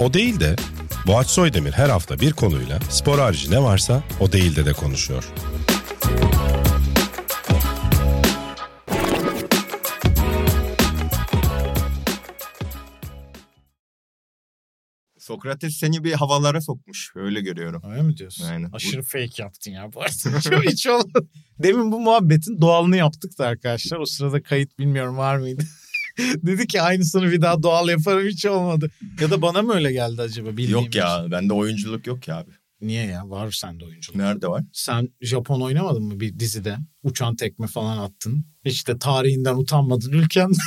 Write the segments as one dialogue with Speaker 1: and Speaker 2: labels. Speaker 1: O değil de Boğaç Soydemir her hafta bir konuyla spor harici ne varsa o değil de de konuşuyor.
Speaker 2: Sokrates seni bir havalara sokmuş. Öyle görüyorum.
Speaker 3: Öyle mi diyorsun?
Speaker 2: Aynen.
Speaker 3: Aşırı fake yaptın ya bu arada. Hiç- Hiç olmadı. Demin bu muhabbetin doğalını yaptık da arkadaşlar. O sırada kayıt bilmiyorum var mıydı? Dedi ki aynısını bir daha doğal yaparım hiç olmadı. Ya da bana mı öyle geldi acaba bildiğim
Speaker 2: Yok ya. Bende oyunculuk yok ya abi.
Speaker 3: için. Niye ya? Var sende oyunculuk.
Speaker 2: Nerede var?
Speaker 3: Sen Japon oynamadın mı bir dizide? Uçan tekme falan attın. Hiç de tarihinden utanmadın ülken.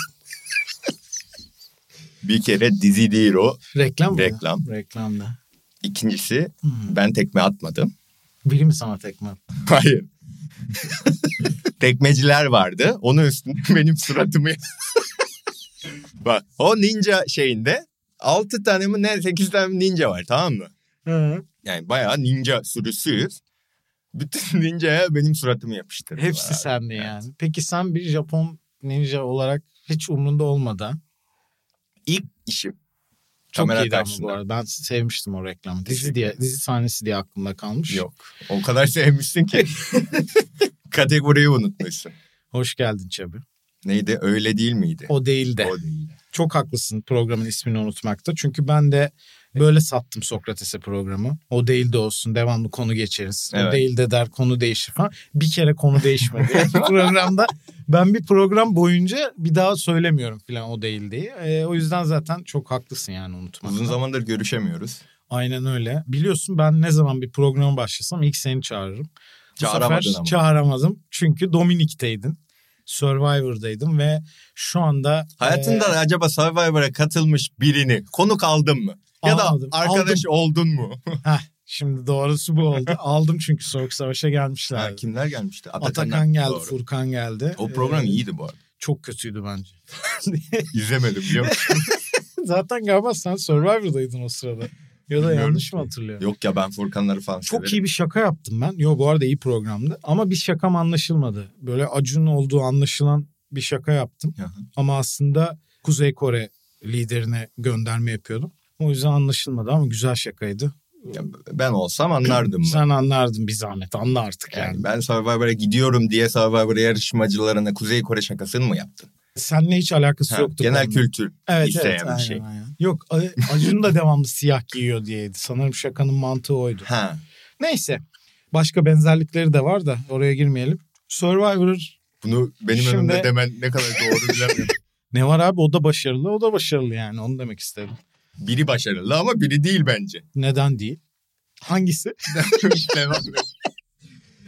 Speaker 2: Bir kere dizi değil o.
Speaker 3: Reklam mı?
Speaker 2: Reklam.
Speaker 3: Reklamda.
Speaker 2: İkincisi
Speaker 3: Hmm.
Speaker 2: ben tekme atmadım.
Speaker 3: Biri mi sana tekme attı?
Speaker 2: Hayır. Tekmeciler vardı. Onun üstünde benim suratımı... Bak o ninja şeyinde 6 tane mi ne 8 tane mi ninja var tamam mı? Yani bayağı ninja sürüsüyüz. Bütün ninjaya benim suratımı yapıştırdılar.
Speaker 3: Hepsi
Speaker 2: abi.
Speaker 3: sende
Speaker 2: Evet.
Speaker 3: yani. Peki sen bir Japon ninja olarak hiç umrunda olmadan
Speaker 2: İlk işim.
Speaker 3: çok
Speaker 2: Kamera
Speaker 3: iyiydi ama
Speaker 2: karşısında.
Speaker 3: bu arada. Ben sevmiştim o reklamı. Dizi
Speaker 2: Teşekkür
Speaker 3: diye dizi sahnesi diye aklımda kalmış.
Speaker 2: Yok. O kadar sevmişsin ki. Kategoriyi unutmuşsun.
Speaker 3: Hoş geldin Çabi.
Speaker 2: Neydi? Öyle değil miydi?
Speaker 3: O değil de.
Speaker 2: O değil.
Speaker 3: Çok haklısın programın ismini unutmakta. Çünkü ben de böyle sattım Sokrates'e programı. O değil de olsun devamlı konu geçeriz. O
Speaker 2: Evet.
Speaker 3: değil de der konu değişir falan. Bir kere konu değişmedi. Yani programda ben bir program boyunca bir daha söylemiyorum falan o değil diye. Ee, o yüzden zaten çok haklısın yani unutmakta.
Speaker 2: Uzun zamandır görüşemiyoruz.
Speaker 3: Aynen öyle. Biliyorsun ben ne zaman bir programa başlasam ilk seni çağırırım. Bu
Speaker 2: Çağıramadın
Speaker 3: sefer
Speaker 2: ama.
Speaker 3: çağıramadım. Çünkü Dominik'teydin. Survivor'daydın ve şu anda...
Speaker 2: Hayatında
Speaker 3: e,
Speaker 2: acaba Survivor'a katılmış birini konuk aldın mı? Ya da
Speaker 3: Almadım,
Speaker 2: arkadaş oldun mu?
Speaker 3: heh, şimdi doğrusu bu oldu. Aldım çünkü Soğuk Savaş'a gelmişler.
Speaker 2: Ha, kimler gelmişti?
Speaker 3: Atakan,
Speaker 2: Atakan'dan.
Speaker 3: geldi,
Speaker 2: Doğru.
Speaker 3: Furkan geldi.
Speaker 2: O program
Speaker 3: Ee,
Speaker 2: iyiydi bu arada.
Speaker 3: Çok kötüydü bence.
Speaker 2: İzlemedim biliyor musun?
Speaker 3: Zaten galiba sen Survivor'daydın o sırada. Ya da
Speaker 2: Bilmiyorum
Speaker 3: yanlış
Speaker 2: ki.
Speaker 3: mı hatırlıyorum?
Speaker 2: Yok ya ben Furkanları falan
Speaker 3: Çok
Speaker 2: severim.
Speaker 3: iyi bir şaka yaptım ben. Yo bu arada iyi programdı. Ama bir şakam anlaşılmadı. Böyle Acun'un olduğu anlaşılan bir şaka yaptım.
Speaker 2: Aha.
Speaker 3: Ama aslında Kuzey Kore liderine gönderme yapıyordum. O yüzden anlaşılmadı ama güzel şakaydı.
Speaker 2: Ya ben olsam anlardım. ben.
Speaker 3: Sen anlardın bir zahmet. Anla artık yani.
Speaker 2: Yani ben Survivor'a gidiyorum diye Survivor yarışmacılarına Kuzey Kore şakasını mı yaptın?
Speaker 3: Seninle hiç alakası
Speaker 2: Ha,
Speaker 3: yoktu.
Speaker 2: genel
Speaker 3: konunun.
Speaker 2: kültür
Speaker 3: Evet
Speaker 2: isteyen
Speaker 3: evet.
Speaker 2: bir
Speaker 3: aynen,
Speaker 2: şey.
Speaker 3: aynen. Yok A- Acun da devamlı siyah giyiyor diyeydi. Sanırım şakanın mantığı oydu.
Speaker 2: Ha.
Speaker 3: Neyse. Başka benzerlikleri de var da oraya girmeyelim. Survivor
Speaker 2: Bunu benim
Speaker 3: Şimdi-
Speaker 2: önümde demen ne kadar doğru bilemiyorum.
Speaker 3: Ne var abi o da başarılı o da başarılı yani onu demek istedim.
Speaker 2: biri başarılı ama biri değil bence.
Speaker 3: Neden değil? Hangisi?
Speaker 2: Devam et.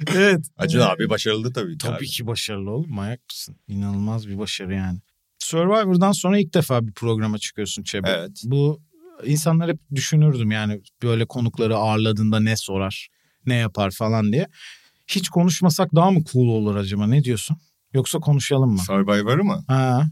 Speaker 3: evet.
Speaker 2: Acun
Speaker 3: Ee,
Speaker 2: abi başarılı tabii ki.
Speaker 3: Tabii
Speaker 2: abi.
Speaker 3: ki başarılı oğlum manyak mısın? İnanılmaz bir başarı yani. Survivor'dan sonra ilk defa bir programa çıkıyorsun Çebi.
Speaker 2: Evet.
Speaker 3: Bu insanlar hep düşünürdüm yani böyle konukları ağırladığında ne sorar, ne yapar falan diye. Hiç konuşmasak daha mı cool olur acaba ne diyorsun? Yoksa konuşalım mı?
Speaker 2: Survivor'ı mı?
Speaker 3: Ha.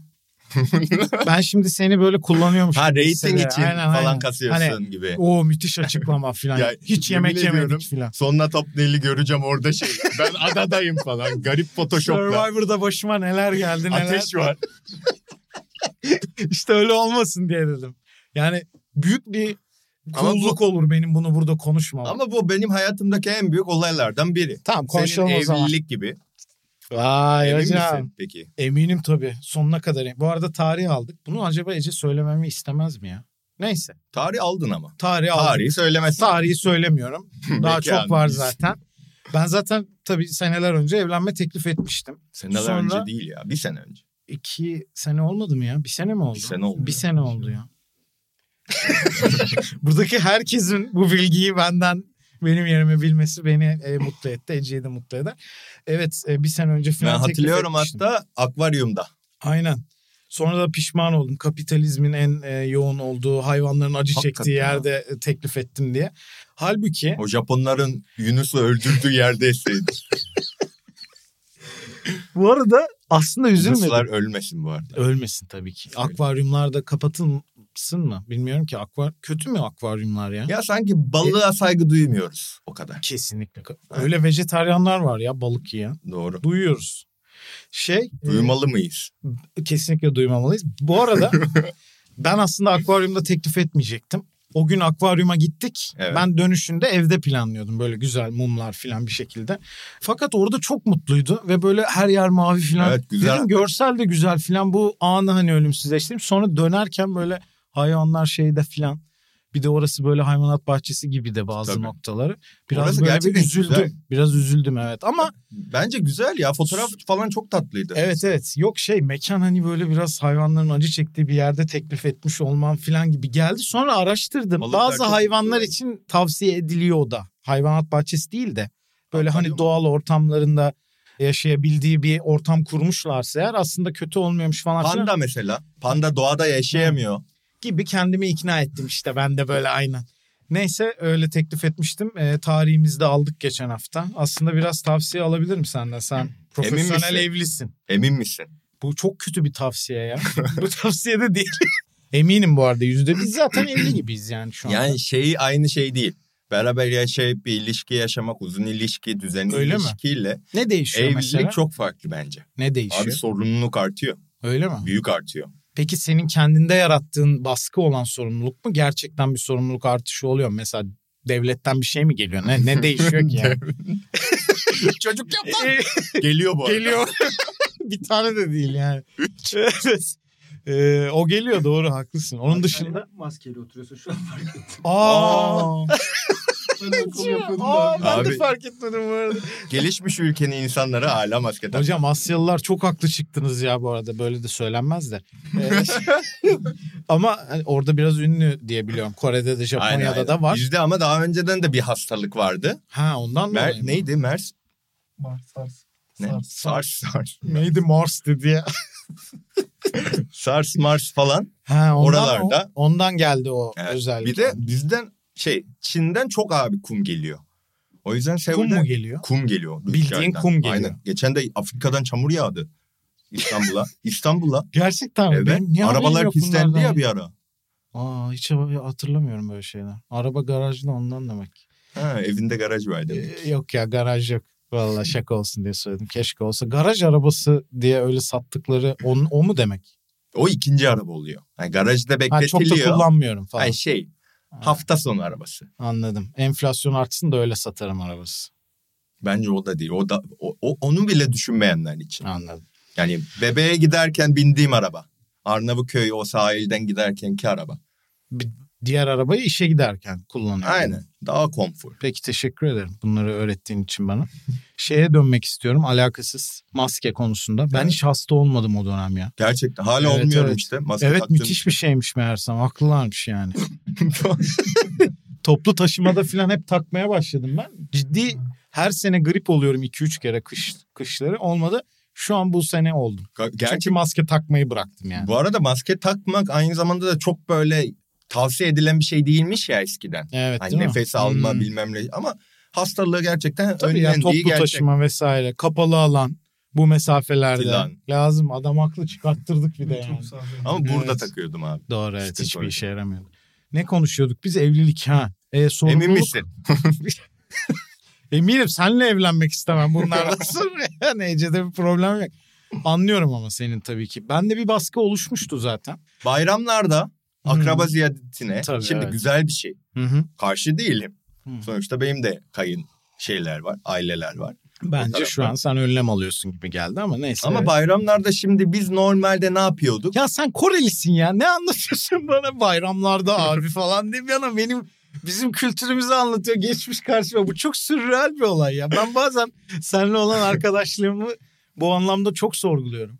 Speaker 3: ben şimdi seni böyle kullanıyormuş.
Speaker 2: Ha
Speaker 3: gibi
Speaker 2: rating
Speaker 3: hissediyorum.
Speaker 2: için
Speaker 3: Aynen,
Speaker 2: falan
Speaker 3: aynen.
Speaker 2: kasıyorsun
Speaker 3: Hani
Speaker 2: gibi.
Speaker 3: O müthiş açıklama filan.
Speaker 2: Ya,
Speaker 3: Hiç
Speaker 2: yemin
Speaker 3: yemek
Speaker 2: ediyorum,
Speaker 3: yemedik filan.
Speaker 2: Sonuna top neli göreceğim orada şey. Ben adadayım falan. Garip photoshopla.
Speaker 3: Survivor'da başıma neler geldi neler.
Speaker 2: Ateş var.
Speaker 3: İşte öyle olmasın diye dedim. Yani büyük bir
Speaker 2: Ama bu-
Speaker 3: kulluk olur benim bunu burada konuşmam.
Speaker 2: Ama bu benim hayatımdaki en büyük olaylardan biri.
Speaker 3: tamam konuşalım
Speaker 2: Senin
Speaker 3: o zaman.
Speaker 2: evlilik gibi.
Speaker 3: Vay
Speaker 2: Emin
Speaker 3: hocam.
Speaker 2: misin peki?
Speaker 3: Eminim tabii. Sonuna kadar. Bu arada tarih aldık. Bunu acaba Ece söylememi istemez mi ya? Neyse.
Speaker 2: Tarih aldın ama.
Speaker 3: Tarih aldık.
Speaker 2: Tarihi söylemezsin.
Speaker 3: Tarihi söylemiyorum. Daha
Speaker 2: Peki
Speaker 3: çok
Speaker 2: abi,
Speaker 3: var
Speaker 2: biz-
Speaker 3: zaten. Ben zaten tabii seneler önce evlenme teklif etmiştim.
Speaker 2: Seneler
Speaker 3: Sonra-
Speaker 2: önce değil ya. Bir sene önce.
Speaker 3: iki sene olmadı mı ya? Bir sene mi oldu?
Speaker 2: Bir sene oldu.
Speaker 3: Bir sene oldu ya. Buradaki herkesin bu bilgiyi benden benim yerime bilmesi beni e, mutlu etti. Ece'yi de mutlu eder. Evet e, bir sene önce
Speaker 2: Ben
Speaker 3: falan teklif
Speaker 2: hatırlıyorum
Speaker 3: etmiştim.
Speaker 2: hatta akvaryumda.
Speaker 3: Aynen. Sonra da pişman oldum. Kapitalizmin en e, yoğun olduğu, hayvanların acı
Speaker 2: Hakikaten
Speaker 3: çektiği
Speaker 2: ya.
Speaker 3: yerde e, teklif ettim diye. Halbuki
Speaker 2: O Japonların Yunus'u öldürdüğü yerdeyseydi.
Speaker 3: bu arada aslında üzülmedim.
Speaker 2: Yunuslar ölmesin bu arada.
Speaker 3: Ölmesin tabii ki. Akvaryumlar da kapatılsın mı? Bilmiyorum ki akvar kötü mü akvaryumlar ya?
Speaker 2: Ya sanki
Speaker 3: E-
Speaker 2: balığa saygı duymuyoruz o kadar.
Speaker 3: Kesinlikle. Öyle vejetaryenler var ya balık yiyen.
Speaker 2: Doğru.
Speaker 3: Duyuyoruz. Şey e,
Speaker 2: Duymalı mıyız?
Speaker 3: kesinlikle duymamalıyız. Bu arada ben aslında akvaryumda teklif etmeyecektim. O gün akvaryuma gittik.
Speaker 2: Evet.
Speaker 3: Ben dönüşünde evde planlıyordum böyle güzel mumlar falan bir şekilde. Fakat orada çok mutluydu ve böyle her yer mavi falan.
Speaker 2: Evet, güzel.
Speaker 3: Dedim görsel de güzel falan bu anı hani ölümsüzleştirdim. Sonra dönerken böyle hayvanlar şeyde falan. Bir de orası böyle hayvanat bahçesi gibi de bazı
Speaker 2: Tabii.
Speaker 3: noktaları. Biraz
Speaker 2: Orası
Speaker 3: böyle bir
Speaker 2: gerçekten
Speaker 3: üzüldüm.
Speaker 2: güzel.
Speaker 3: Biraz üzüldüm evet ama
Speaker 2: Bence güzel ya. Fotoğraf falan çok tatlıydı.
Speaker 3: Evet evet. Yok şey mekan hani böyle biraz hayvanların acı çektiği bir yerde teklif etmiş olman falan gibi geldi. Sonra araştırdım.
Speaker 2: Balıklar
Speaker 3: Bazı
Speaker 2: çok
Speaker 3: hayvanlar
Speaker 2: güzel.
Speaker 3: için tavsiye ediliyor o da. Hayvanat bahçesi değil de böyle
Speaker 2: Ha,
Speaker 3: hani
Speaker 2: tabii.
Speaker 3: doğal ortamlarında yaşayabildiği bir ortam kurmuşlarsa eğer aslında kötü olmuyormuş falan filan
Speaker 2: Panda mesela. Panda doğada yaşayamıyor.
Speaker 3: gibi kendimi ikna ettim işte ben de böyle aynen. Neyse öyle teklif etmiştim. Ee, tarihimizi de aldık geçen hafta. Aslında biraz tavsiye alabilirim senden. Sen profesyonel
Speaker 2: misin?
Speaker 3: evlisin.
Speaker 2: Emin misin?
Speaker 3: Bu çok kötü bir tavsiye ya. bu tavsiye de değil. Eminim bu arada yüzde biz zaten evli gibiyiz yani şu anda.
Speaker 2: Yani şeyi aynı şey değil. Beraber yaşayıp bir ilişki yaşamak, uzun ilişki, düzenli
Speaker 3: Öyle mi?
Speaker 2: ilişkiyle
Speaker 3: ne değişiyor
Speaker 2: evlilik
Speaker 3: mesela?
Speaker 2: çok farklı bence.
Speaker 3: Ne değişiyor?
Speaker 2: Abi sorumluluk artıyor.
Speaker 3: Öyle mi?
Speaker 2: Büyük artıyor.
Speaker 3: Peki senin kendinde yarattığın baskı olan sorumluluk mu? Gerçekten bir sorumluluk artışı oluyor mu? Mesela devletten bir şey mi geliyor? Ne, ne değişiyor ki yani?
Speaker 2: Çocuk yap Geliyor bu arada.
Speaker 3: geliyor. bir tane de değil yani. Evet. Ee, o geliyor doğru haklısın. Onun dışında...
Speaker 4: Maskeli oturuyorsun şu an fark ettim.
Speaker 3: Aa,
Speaker 4: Ben okul yapıyordum
Speaker 3: Aa,
Speaker 4: da.
Speaker 3: ben de
Speaker 2: Abi-
Speaker 3: fark etmedim bu arada.
Speaker 2: Gelişmiş ülkenin insanları hala maske takıyor.
Speaker 3: Hocam Asyalılar çok haklı çıktınız ya bu arada. Böyle de söylenmez de. Ee, Ama hani orada biraz ünlü diye biliyorum. Kore'de de Japonya'da
Speaker 2: Aynen, aynen.
Speaker 3: da var.
Speaker 2: Bizde ama daha önceden de bir hastalık vardı.
Speaker 3: Ha ondan dolayı
Speaker 2: Mer-
Speaker 3: mı?
Speaker 2: neydi? Mers?
Speaker 4: Mars, Sars.
Speaker 2: Ne?
Speaker 4: Sars.
Speaker 2: Sars. Sars.
Speaker 3: Neydi Mars dedi ya.
Speaker 2: Sars, Mars falan.
Speaker 3: Ha ondan,
Speaker 2: Oralarda.
Speaker 3: Ondan geldi o
Speaker 2: Evet.
Speaker 3: özellik.
Speaker 2: Bir de bizden şey Çin'den çok abi kum geliyor. O yüzden
Speaker 3: kum
Speaker 2: Seul'de
Speaker 3: mu geliyor?
Speaker 2: kum geliyor.
Speaker 3: Bildiğin
Speaker 2: dışarıdan.
Speaker 3: kum geliyor.
Speaker 2: Aynen. Geçen de Afrika'dan çamur yağdı. İstanbul'a. İstanbul'a.
Speaker 3: Gerçekten mi?
Speaker 2: Evet.
Speaker 3: Benim niye haberim
Speaker 2: Arabalar
Speaker 3: yok
Speaker 2: pislendi
Speaker 3: bunlardan
Speaker 2: ya bir ara.
Speaker 3: Aa, hiç hatırlamıyorum böyle şeyler. Araba garajında ondan demek.
Speaker 2: Ha, evinde garaj var demek.
Speaker 3: Ee, yok ya garaj yok. Valla şaka olsun diye söyledim. Keşke olsa. Garaj arabası diye öyle sattıkları on, o mu demek?
Speaker 2: O ikinci araba oluyor. Yani garajda
Speaker 3: Ha,
Speaker 2: bekletiliyor.
Speaker 3: çok da kullanmıyorum falan.
Speaker 2: Ay şey
Speaker 3: Ha,
Speaker 2: hafta sonu arabası.
Speaker 3: Anladım. Enflasyon artsın da öyle satarım arabası.
Speaker 2: Bence o da değil. O da o, o- onu bile düşünmeyenler için.
Speaker 3: Anladım.
Speaker 2: Yani bebeğe giderken bindiğim araba. Arnavutköy o sahilden giderkenki araba.
Speaker 3: Bir diğer arabayı işe giderken kullanıyorum.
Speaker 2: Aynen. Daha konfor.
Speaker 3: Peki teşekkür ederim bunları öğrettiğin için bana. Şeye dönmek istiyorum alakasız maske konusunda. Ben
Speaker 2: Evet.
Speaker 3: hiç hasta olmadım o dönem ya.
Speaker 2: Gerçekten hala
Speaker 3: Evet,
Speaker 2: olmuyorum
Speaker 3: evet.
Speaker 2: işte. Maske
Speaker 3: Evet
Speaker 2: taktığım
Speaker 3: müthiş bir şeymiş meğersem haklılarmış yani. Toplu taşımada falan hep takmaya başladım ben. Ciddi her sene grip oluyorum 2-3 kere kış kışları olmadı. Şu an bu sene oldum.
Speaker 2: Ka-
Speaker 3: Çünkü
Speaker 2: Gerçi
Speaker 3: maske takmayı bıraktım yani.
Speaker 2: bu arada maske takmak aynı zamanda da çok böyle tavsiye edilen bir şey değilmiş ya eskiden.
Speaker 3: Evet
Speaker 2: Hani
Speaker 3: değil mi?
Speaker 2: nefes alma
Speaker 3: Hmm.
Speaker 2: bilmem ne ama hastalığı gerçekten
Speaker 3: Tabii ya
Speaker 2: önlendiği
Speaker 3: toplu
Speaker 2: gerçek.
Speaker 3: taşıma vesaire kapalı alan bu mesafelerde
Speaker 2: Filan.
Speaker 3: lazım adam haklı çıkarttırdık bir de yani.
Speaker 4: Çok sağ olun.
Speaker 2: Ama burada
Speaker 3: Evet.
Speaker 2: takıyordum abi.
Speaker 3: Doğru evet
Speaker 2: İşte
Speaker 3: hiçbir
Speaker 2: böyle.
Speaker 3: işe yaramıyordu. Ne konuşuyorduk biz evlilik ha. E, sorumluluk.
Speaker 2: Emin misin?
Speaker 3: Eminim seninle evlenmek istemem bunlardan sonra. Yani Ece'de bir problem yok. Anlıyorum ama senin tabii ki. Bende bir baskı oluşmuştu zaten.
Speaker 2: Bayramlarda akraba ziyaretine
Speaker 3: Hmm. Tabii,
Speaker 2: şimdi
Speaker 3: evet.
Speaker 2: güzel bir şey.
Speaker 3: Hı hı.
Speaker 2: Karşı değilim.
Speaker 3: Hı.
Speaker 2: Sonuçta benim de kayın şeyler var, aileler var.
Speaker 3: Bence
Speaker 2: taraf
Speaker 3: şu an sen önlem alıyorsun gibi geldi ama neyse.
Speaker 2: Ama bayramlarda şimdi biz normalde ne yapıyorduk?
Speaker 3: Ya sen Korelisin ya. Ne anlatıyorsun bana bayramlarda abi falan diye bir yana benim bizim kültürümüzü anlatıyor geçmiş karşıma. Bu çok sürreal bir olay ya. Ben bazen seninle olan arkadaşlığımı bu anlamda çok sorguluyorum.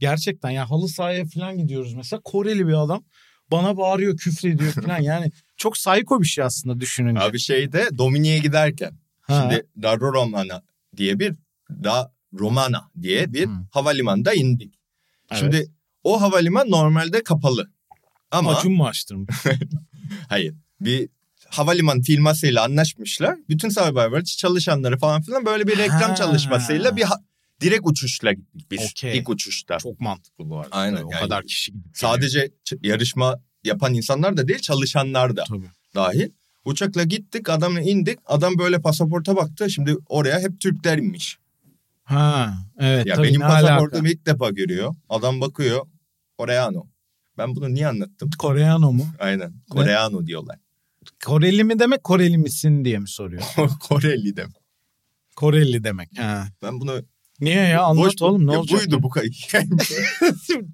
Speaker 3: Gerçekten ya halı sahaya falan gidiyoruz mesela Koreli bir adam bana bağırıyor küfür ediyor falan yani çok sayko bir şey aslında düşününce.
Speaker 2: Abi şeyde Domini'ye giderken
Speaker 3: Ha.
Speaker 2: şimdi La Romana diye bir Da Romana diye bir
Speaker 3: Hı.
Speaker 2: havalimanında indik.
Speaker 3: Evet.
Speaker 2: Şimdi o havaliman normalde kapalı. Ama
Speaker 3: Acun mu açtım?
Speaker 2: hayır bir havaliman firmasıyla anlaşmışlar. Bütün Survivor çalışanları falan filan böyle bir reklam
Speaker 3: Ha.
Speaker 2: çalışmasıyla bir ha- direkt uçuşla gittik biz.
Speaker 3: Okey.
Speaker 2: İlk uçuşta.
Speaker 3: Çok mantıklı bu arada.
Speaker 2: Aynen,
Speaker 3: o
Speaker 2: yani
Speaker 3: kadar kişi gidip
Speaker 2: Sadece ç- yarışma yapan insanlar da değil çalışanlar da
Speaker 3: Tabii.
Speaker 2: dahil. Uçakla gittik adamla indik. Adam böyle pasaporta baktı. Şimdi oraya hep Türkler inmiş.
Speaker 3: Ha evet.
Speaker 2: Ya
Speaker 3: E, tabii,
Speaker 2: benim
Speaker 3: ne alaka?
Speaker 2: pasaportumu ilk defa görüyor. Adam bakıyor. Koreano. Ben bunu niye anlattım?
Speaker 3: Koreano mu?
Speaker 2: Aynen. Koreano diyorlar.
Speaker 3: Koreli mi demek Koreli misin diye mi soruyor?
Speaker 2: Koreli de.
Speaker 3: Koreli demek. Ha.
Speaker 2: Ben bunu...
Speaker 3: Niye ya anlat
Speaker 2: Boş-
Speaker 3: oğlum ne
Speaker 2: Ya
Speaker 3: olacak?
Speaker 2: Buydu bu kadar.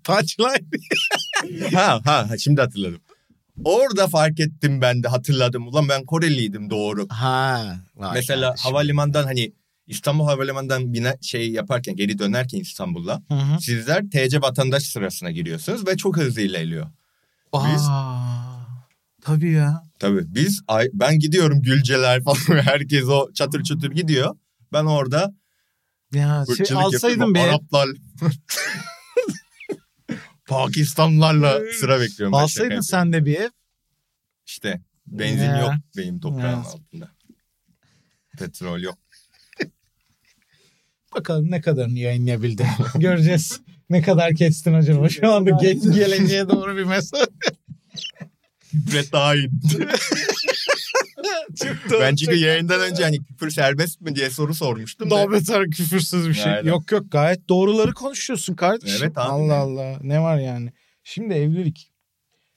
Speaker 3: Punchline.
Speaker 2: ha, ha ha, şimdi hatırladım. Orada fark ettim ben de hatırladım. Ulan ben Koreliydim doğru.
Speaker 3: Ha. vay
Speaker 2: Mesela
Speaker 3: kardeşim.
Speaker 2: havalimanından hani İstanbul Havalimanı'ndan bine şey yaparken geri dönerken İstanbul'a
Speaker 3: Hı hı.
Speaker 2: sizler TC vatandaş sırasına giriyorsunuz ve çok hızlı ilerliyor. Biz-
Speaker 3: Aa, tabii ya.
Speaker 2: Tabii biz ay, ben gidiyorum Gülceler falan herkes o çatır çatır gidiyor. Ben orada
Speaker 3: Ya şey,
Speaker 2: fırçılık
Speaker 3: alsaydın
Speaker 2: yapıyorum.
Speaker 3: be.
Speaker 2: Araplar Pakistanlarla sıra bekliyorum. ben şaka
Speaker 3: Alsaydın
Speaker 2: yapıyorum.
Speaker 3: sen de bir ev.
Speaker 2: İşte benzin
Speaker 3: Ya.
Speaker 2: yok benim toprağın
Speaker 3: Ya.
Speaker 2: altında. Petrol yok.
Speaker 3: Bakalım ne kadarını yayınlayabildi. Göreceğiz. Ne kadar kestin acaba? Şu anda ge- geleceğe doğru bir mesaj.
Speaker 2: Küfret daha iyi. ben çünkü yayından önce hani küfür serbest mi diye soru sormuştum. da.
Speaker 3: Doğbeter küfürsüz bir şey.
Speaker 2: Aynen.
Speaker 3: Yok yok gayet doğruları konuşuyorsun kardeşim.
Speaker 2: Evet abi.
Speaker 3: Allah Allah ne var yani. Şimdi evlilik.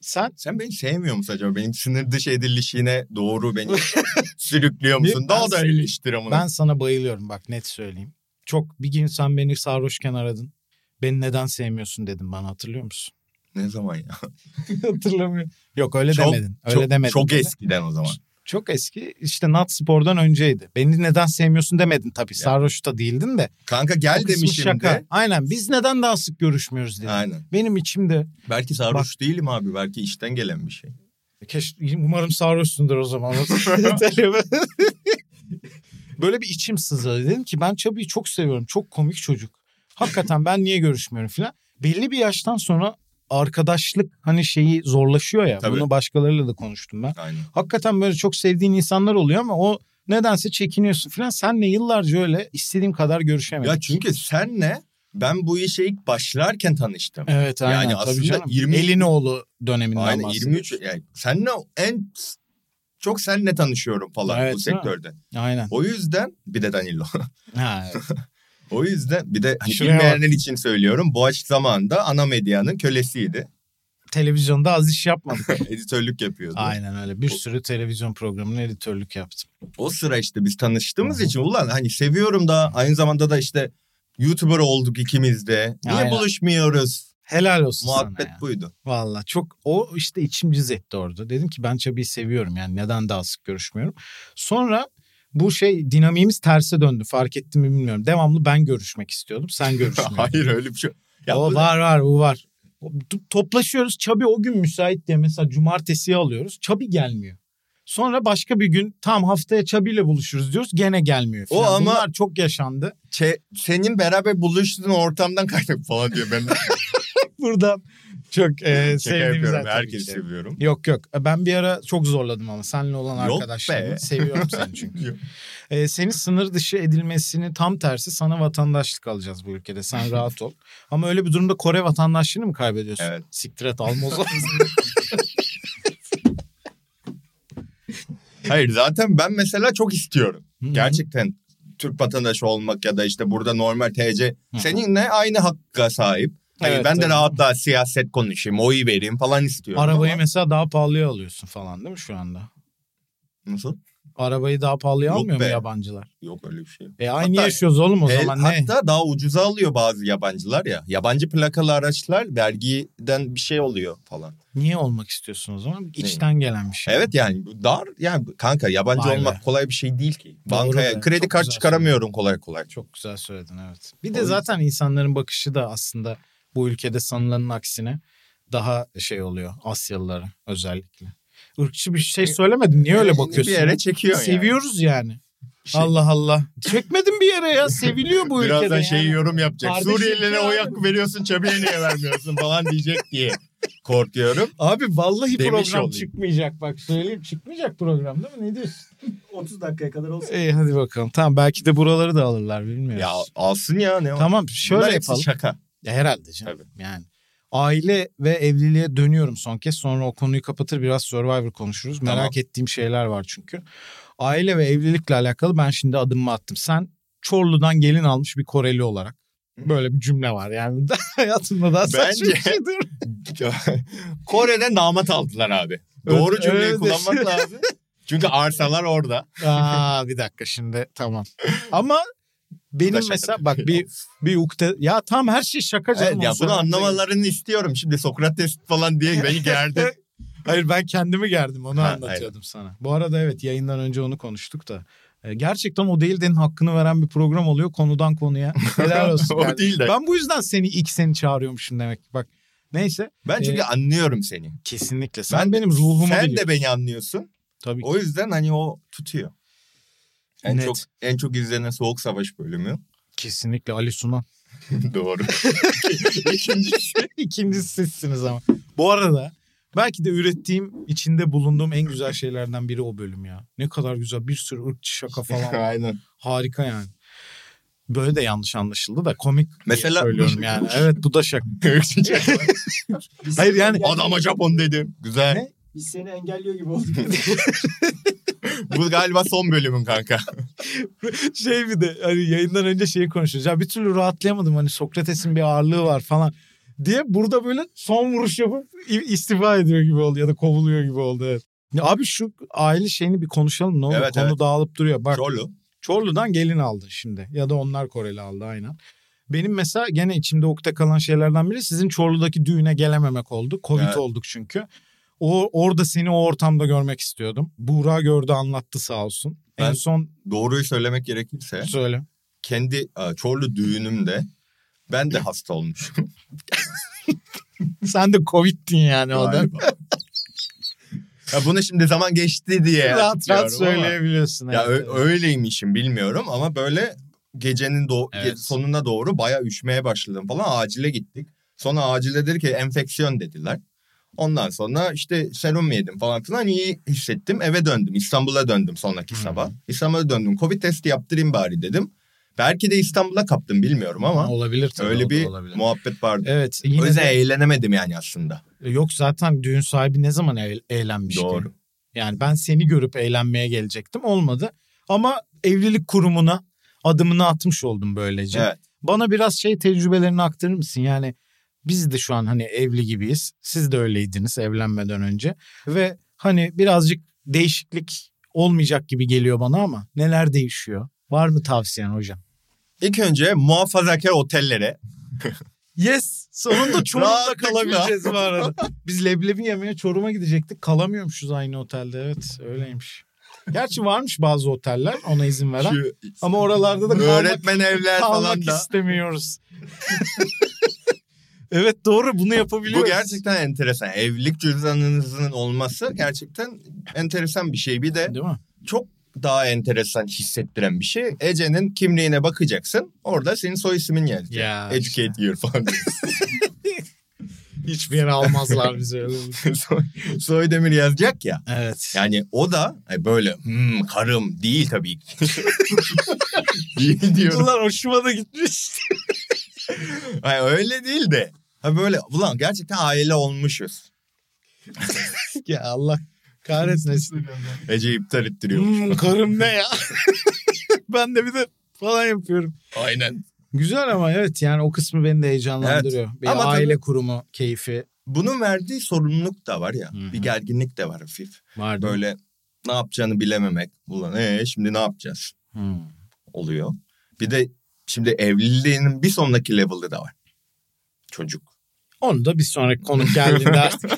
Speaker 3: Sen
Speaker 2: Sen beni sevmiyor musun acaba? Benim sınır dışı edilişine doğru beni sürüklüyor musun?
Speaker 3: Ben-
Speaker 2: Daha da eleştir
Speaker 3: ben
Speaker 2: ama.
Speaker 3: sana bayılıyorum bak net söyleyeyim. Çok bir gün sen beni sarhoşken aradın. Beni neden sevmiyorsun dedim bana hatırlıyor musun?
Speaker 2: Ne zaman ya?
Speaker 3: Hatırlamıyorum. Yok öyle
Speaker 2: Çok-
Speaker 3: demedin. Öyle
Speaker 2: çok,
Speaker 3: demedin.
Speaker 2: Çok eskiden o zaman.
Speaker 3: Çok eski işte Nat Spor'dan önceydi. Beni neden sevmiyorsun demedin tabii.
Speaker 2: Ya.
Speaker 3: Sarhoş da değildin de.
Speaker 2: Kanka
Speaker 3: O
Speaker 2: gel
Speaker 3: kısmı
Speaker 2: demişim
Speaker 3: şaka.
Speaker 2: de.
Speaker 3: Aynen biz neden daha sık görüşmüyoruz dedi.
Speaker 2: Aynen.
Speaker 3: Benim içimde
Speaker 2: Belki sarhoş değilim abi. Belki işten gelen bir şey.
Speaker 3: keşke, umarım sarhoşsundur o zaman. Böyle bir içim sızladı. Dedim ki ben Çabi'yi çok seviyorum. Çok komik çocuk. Hakikaten ben niye görüşmüyorum filan. Belli bir yaştan sonra arkadaşlık hani şeyi zorlaşıyor ya.
Speaker 2: Tabii.
Speaker 3: Bunu başkalarıyla da konuştum ben.
Speaker 2: Aynen.
Speaker 3: hakikaten böyle çok sevdiğin insanlar oluyor ama o nedense çekiniyorsun falan. Senle yıllarca öyle istediğim kadar görüşemedim.
Speaker 2: Ya çünkü senle ben bu işe ilk başlarken tanıştım.
Speaker 3: evet aynen.
Speaker 2: yani
Speaker 3: Yani
Speaker 2: aslında
Speaker 3: Tabii canım.
Speaker 2: 20
Speaker 3: Elinoğlu döneminden
Speaker 2: Aynen
Speaker 3: bahsediyorsun.
Speaker 2: 23 yani senle en çok senle tanışıyorum falan
Speaker 3: Evet,
Speaker 2: bu
Speaker 3: değil mi?
Speaker 2: sektörde.
Speaker 3: Aynen.
Speaker 2: O yüzden bir de Danilo.
Speaker 3: Ha, evet.
Speaker 2: O yüzden bir de hani
Speaker 3: Şuraya
Speaker 2: bilmeyenler için söylüyorum. Boğaç zamanında ana medyanın kölesiydi.
Speaker 3: Televizyonda az iş yapmadık.
Speaker 2: Editörlük yapıyordu.
Speaker 3: aynen öyle. Bir sürü televizyon programına editörlük yaptım.
Speaker 2: O sıra işte biz tanıştığımız için ulan hani seviyorum da aynı zamanda da işte YouTuber olduk ikimiz de. Niye
Speaker 3: Aynen.
Speaker 2: buluşmuyoruz?
Speaker 3: Helal olsun
Speaker 2: Muhabbet
Speaker 3: sana ya.
Speaker 2: buydu.
Speaker 3: Valla çok o işte içim cız etti orada. Dedim ki ben Çabi'yi seviyorum yani neden daha sık görüşmüyorum. Sonra bu şey dinamiğimiz terse döndü fark ettim mi bilmiyorum. Devamlı ben görüşmek istiyordum sen görüşmüyordun.
Speaker 2: Hayır öyle bir şey. Ya
Speaker 3: o
Speaker 2: bu-
Speaker 3: var var bu var. O- t- Toplaşıyoruz. Çabi o gün müsait diye mesela cumartesiye alıyoruz. Çabi gelmiyor. Sonra başka bir gün tam haftaya Çabi ile buluşuruz diyoruz. Gene gelmiyor.
Speaker 2: O
Speaker 3: Falan.
Speaker 2: ama-
Speaker 3: Bunlar çok yaşandı.
Speaker 2: Çe- senin beraber buluştuğun ortamdan kaynak falan diyor ben. de
Speaker 3: Buradan çok e,
Speaker 2: Şaka
Speaker 3: sevdiğimiz
Speaker 2: yapıyorum. şey
Speaker 3: arkadaşlar.
Speaker 2: Herkesi seviyorum.
Speaker 3: Yok yok. Ben bir ara çok zorladım ama senle olan
Speaker 2: Yok be.
Speaker 3: arkadaşlarımı seviyorum seni
Speaker 2: Yok.
Speaker 3: çünkü. ee, senin sınır dışı edilmesini tam tersi sana vatandaşlık alacağız bu ülkede. Sen rahat ol. Ama öyle bir durumda Kore vatandaşlığını mı kaybediyorsun?
Speaker 2: Evet.
Speaker 3: Siktir et alma o zaman.
Speaker 2: Hayır zaten ben mesela çok istiyorum. Gerçekten Türk vatandaşı olmak ya da işte burada normal TC
Speaker 3: Hı.
Speaker 2: seninle aynı hakka sahip. Hani
Speaker 3: Evet,
Speaker 2: ben de
Speaker 3: tabii.
Speaker 2: rahatla siyaset konuşayım, oy vereyim falan istiyorum.
Speaker 3: Arabayı
Speaker 2: ama-
Speaker 3: mesela daha pahalıya alıyorsun falan değil mi şu anda?
Speaker 2: Nasıl?
Speaker 3: Arabayı daha pahalıya
Speaker 2: Yok
Speaker 3: almıyor
Speaker 2: be.
Speaker 3: mu yabancılar?
Speaker 2: Yok öyle bir şey.
Speaker 3: E aynı
Speaker 2: Hatta-
Speaker 3: yaşıyoruz oğlum o
Speaker 2: E,
Speaker 3: zaman ne?
Speaker 2: hatta daha ucuza alıyor bazı yabancılar ya. Yabancı plakalı araçlar vergiden bir şey oluyor falan.
Speaker 3: Niye olmak istiyorsun o zaman? İçten gelen bir şey.
Speaker 2: Evet yani bu dar yani kanka yabancı
Speaker 3: Vay be.
Speaker 2: olmak kolay bir şey değil ki.
Speaker 3: Doğru
Speaker 2: Bankaya
Speaker 3: be,
Speaker 2: kredi
Speaker 3: çok
Speaker 2: kart
Speaker 3: güzel
Speaker 2: çıkaramıyorum kolay kolay.
Speaker 3: Çok güzel söyledin evet. Bir de
Speaker 2: Oy.
Speaker 3: zaten insanların bakışı da aslında bu ülkede sanılanın aksine daha şey oluyor Asyalılara özellikle. Irkçı bir şey söylemedim. Niye öyle bakıyorsun?
Speaker 2: E, Bir yere çekiyor yani.
Speaker 3: Seviyoruz yani.
Speaker 2: Şey-
Speaker 3: Allah Allah. Çekmedim bir yere ya. Seviliyor bu ülkede.
Speaker 2: Birazdan şey
Speaker 3: yani.
Speaker 2: yorum yapacak.
Speaker 3: Kardeşim
Speaker 2: Suriyelilere
Speaker 3: ya.
Speaker 2: oy hakkı veriyorsun, Çabi'ye niye vermiyorsun falan diyecek diye korkuyorum.
Speaker 3: Abi vallahi
Speaker 2: Demiş
Speaker 3: program
Speaker 2: olayım.
Speaker 3: çıkmayacak bak söyleyeyim. Çıkmayacak program değil mi? Ne diyorsun?
Speaker 4: 30 dakikaya kadar olsun.
Speaker 3: İyi hadi bakalım. Tamam belki de buraları da alırlar bilmiyoruz.
Speaker 2: Ya alsın ya ne var?
Speaker 3: tamam şöyle
Speaker 2: Bunlar hepsi
Speaker 3: yapalım.
Speaker 2: şaka.
Speaker 3: Ya herhalde canım. Yani aile ve evliliğe dönüyorum son kez. Sonra o konuyu kapatır biraz Survivor konuşuruz.
Speaker 2: Tamam.
Speaker 3: Merak ettiğim şeyler var çünkü. Aile ve evlilikle alakalı ben şimdi adımımı attım. Sen Çorlu'dan gelin almış bir Koreli olarak. Böyle bir cümle var yani. Hayatımda daha saçma
Speaker 2: Bence-
Speaker 3: bir şey duymadım.
Speaker 2: Kore'de damat aldılar abi. Doğru cümleyi
Speaker 3: öyle de-
Speaker 2: kullanmak lazım. Çünkü arsalar orada.
Speaker 3: Aa bir dakika şimdi tamam. Ama
Speaker 2: Bu da
Speaker 3: benim
Speaker 2: şaka
Speaker 3: mesela
Speaker 2: tabii.
Speaker 3: bak bir bir ukde ya tam her şey şaka canım.
Speaker 2: Evet, ya
Speaker 3: o
Speaker 2: bunu
Speaker 3: sorun değil.
Speaker 2: anlamalarını istiyorum. Şimdi Sokrates falan diye beni gerdi.
Speaker 3: Hayır ben kendimi gerdim onu
Speaker 2: Ha,
Speaker 3: anlatıyordum sana. Bu arada evet yayından önce onu konuştuk da. E, Gerçekten o değil denin hakkını veren bir program oluyor konudan konuya. Helal olsun.
Speaker 2: o
Speaker 3: kardeşim.
Speaker 2: değil de.
Speaker 3: ben bu yüzden seni ilk seni çağırıyormuşum demek ki bak. Neyse.
Speaker 2: Ben çünkü
Speaker 3: Ee,
Speaker 2: anlıyorum seni.
Speaker 3: Kesinlikle. Sen benim ruhumu
Speaker 2: Sen
Speaker 3: biliyorsun.
Speaker 2: de beni anlıyorsun.
Speaker 3: Tabii ki.
Speaker 2: O yüzden hani o tutuyor. En
Speaker 3: Net.
Speaker 2: çok en çok izlenen Soğuk Savaş bölümü.
Speaker 3: Kesinlikle Ali Sunan.
Speaker 2: Doğru. İkincisi.
Speaker 3: İkincisi sizsiniz ama. Bu arada belki de ürettiğim, içinde bulunduğum en güzel şeylerden biri o bölüm ya. Ne kadar güzel bir sürü ırkçı şaka falan. var.
Speaker 2: Aynen.
Speaker 3: Harika yani. Böyle de yanlış anlaşıldı da komik Mesela...
Speaker 2: Mesela-
Speaker 3: söylüyorum yani. Evet bu da şaka.
Speaker 4: Biz
Speaker 3: Hayır
Speaker 4: seni
Speaker 3: yani
Speaker 4: engelliyor-
Speaker 2: Adama Japon dedim. Güzel.
Speaker 3: Ne?
Speaker 4: Biz seni engelliyor gibi olduk.
Speaker 2: Bu galiba son bölümün kanka.
Speaker 3: şey bir de hani yayından önce şeyi konuşuyoruz. Ya bir türlü rahatlayamadım hani Sokrates'in bir ağırlığı var falan diye burada böyle son vuruş yapıp i- istifa ediyor gibi oldu ya da kovuluyor gibi oldu. Evet. Ya abi şu aile şeyini bir konuşalım ne olur
Speaker 2: Evet,
Speaker 3: konu
Speaker 2: evet.
Speaker 3: dağılıp duruyor. Bak
Speaker 2: Çolu.
Speaker 3: Çorlu'dan gelin aldın şimdi. Ya da onlar Koreli aldı aynen. Benim mesela gene içimde ukde kalan şeylerden biri sizin Çorlu'daki düğüne gelememek oldu. Covid
Speaker 2: Evet.
Speaker 3: olduk çünkü. O, orada seni o ortamda görmek istiyordum. Buğra gördü anlattı sağ olsun. En
Speaker 2: Ben-
Speaker 3: son
Speaker 2: Doğruyu söylemek gerekirse
Speaker 3: söyle.
Speaker 2: kendi e, Çorlu düğünümde ben de hasta olmuşum.
Speaker 3: Sen de Covid'tin yani o da.
Speaker 2: galiba. ya bunu şimdi zaman geçti diye.
Speaker 3: Rahat
Speaker 2: diyorum
Speaker 3: rahat
Speaker 2: ama-
Speaker 3: söyleyebiliyorsun.
Speaker 2: Ya
Speaker 3: evet,
Speaker 2: ö-
Speaker 3: evet.
Speaker 2: öyleymişim bilmiyorum ama böyle gecenin do-
Speaker 3: Evet.
Speaker 2: ge- sonuna doğru baya üşümeye başladım falan acile gittik. Sonra acile dedi ki enfeksiyon dediler. Ondan sonra işte serum yedim falan filan iyi hissettim. Eve döndüm. İstanbul'a döndüm sonraki
Speaker 3: Hı.
Speaker 2: sabah. İstanbul'a döndüm. Covid testi yaptırayım bari dedim. Belki de İstanbul'a kaptım bilmiyorum ama
Speaker 3: olabilir tabii. o
Speaker 2: öyle
Speaker 3: da
Speaker 2: bir
Speaker 3: olabilir.
Speaker 2: muhabbet vardı.
Speaker 3: Evet.
Speaker 2: o
Speaker 3: Yine
Speaker 2: yüzden
Speaker 3: de,
Speaker 2: eğlenemedim yani aslında.
Speaker 3: yok zaten düğün sahibi ne zaman eğl- eğlenmişti?
Speaker 2: Doğru.
Speaker 3: Yani ben seni görüp eğlenmeye gelecektim. Olmadı. Ama evlilik kurumuna adımını atmış oldum böylece.
Speaker 2: Evet.
Speaker 3: Bana biraz şey tecrübelerini aktarır mısın? Yani biz de şu an hani evli gibiyiz. Siz de öyleydiniz evlenmeden önce. Ve hani birazcık değişiklik olmayacak gibi geliyor bana ama neler değişiyor? Var mı tavsiyen hocam?
Speaker 2: İlk önce muhafazakar otellere
Speaker 3: Yes. Sonunda Çorum'da
Speaker 2: Rahatlıkla.
Speaker 3: kalabileceğiz bu arada. Biz leblebi yemeye Çorum'a gidecektik. Kalamıyormuşuz aynı otelde. Evet öyleymiş. Gerçi varmış bazı oteller ona izin veren.
Speaker 2: şu
Speaker 3: Ama oralarda da kalmak,
Speaker 2: öğretmen evler
Speaker 3: kalmak
Speaker 2: falan da.
Speaker 3: istemiyoruz. evet doğru bunu
Speaker 2: Bu
Speaker 3: yapabiliyoruz.
Speaker 2: gerçekten enteresan. Evlilik cüzdanınızın olması gerçekten enteresan bir şey. Bir de
Speaker 3: Değil mi?
Speaker 2: çok daha enteresan hissettiren bir şey. Ece'nin kimliğine bakacaksın. Orada senin soy ismin gelecek.
Speaker 3: Ya
Speaker 2: Educate year falan.
Speaker 3: hiçbir yere almazlar bizi öyle.
Speaker 2: soy, soy demir yazacak ya.
Speaker 3: Evet.
Speaker 2: Yani o da ay böyle "Hmm, karım değil tabii ki. değil diyorum.
Speaker 3: Ulan hoşuma da gitmiş.
Speaker 2: Ay, öyle değil de. Ha böyle ulan gerçekten aile olmuşuz.
Speaker 3: ya Allah kahretmesin.
Speaker 2: Ece iptal ettiriyor.
Speaker 3: Hmm, karım ne ya? ben de bir de falan yapıyorum.
Speaker 2: Aynen.
Speaker 3: Güzel ama evet yani o kısmı beni de heyecanlandırıyor. Bir
Speaker 2: Ama
Speaker 3: aile kurumu keyfi
Speaker 2: Bunun verdiği sorumluluk da var ya.
Speaker 3: Hı hı.
Speaker 2: Bir gerginlik de var hafif.
Speaker 3: var. değil mi?
Speaker 2: böyle ne yapacağını bilememek. Ulan ee, şimdi ne yapacağız
Speaker 3: Hmm.
Speaker 2: oluyor. Bir de şimdi evliliğinin bir sonraki level'ı da var. Çocuk.
Speaker 3: Onu da bir sonraki konuk geldiğinde artık.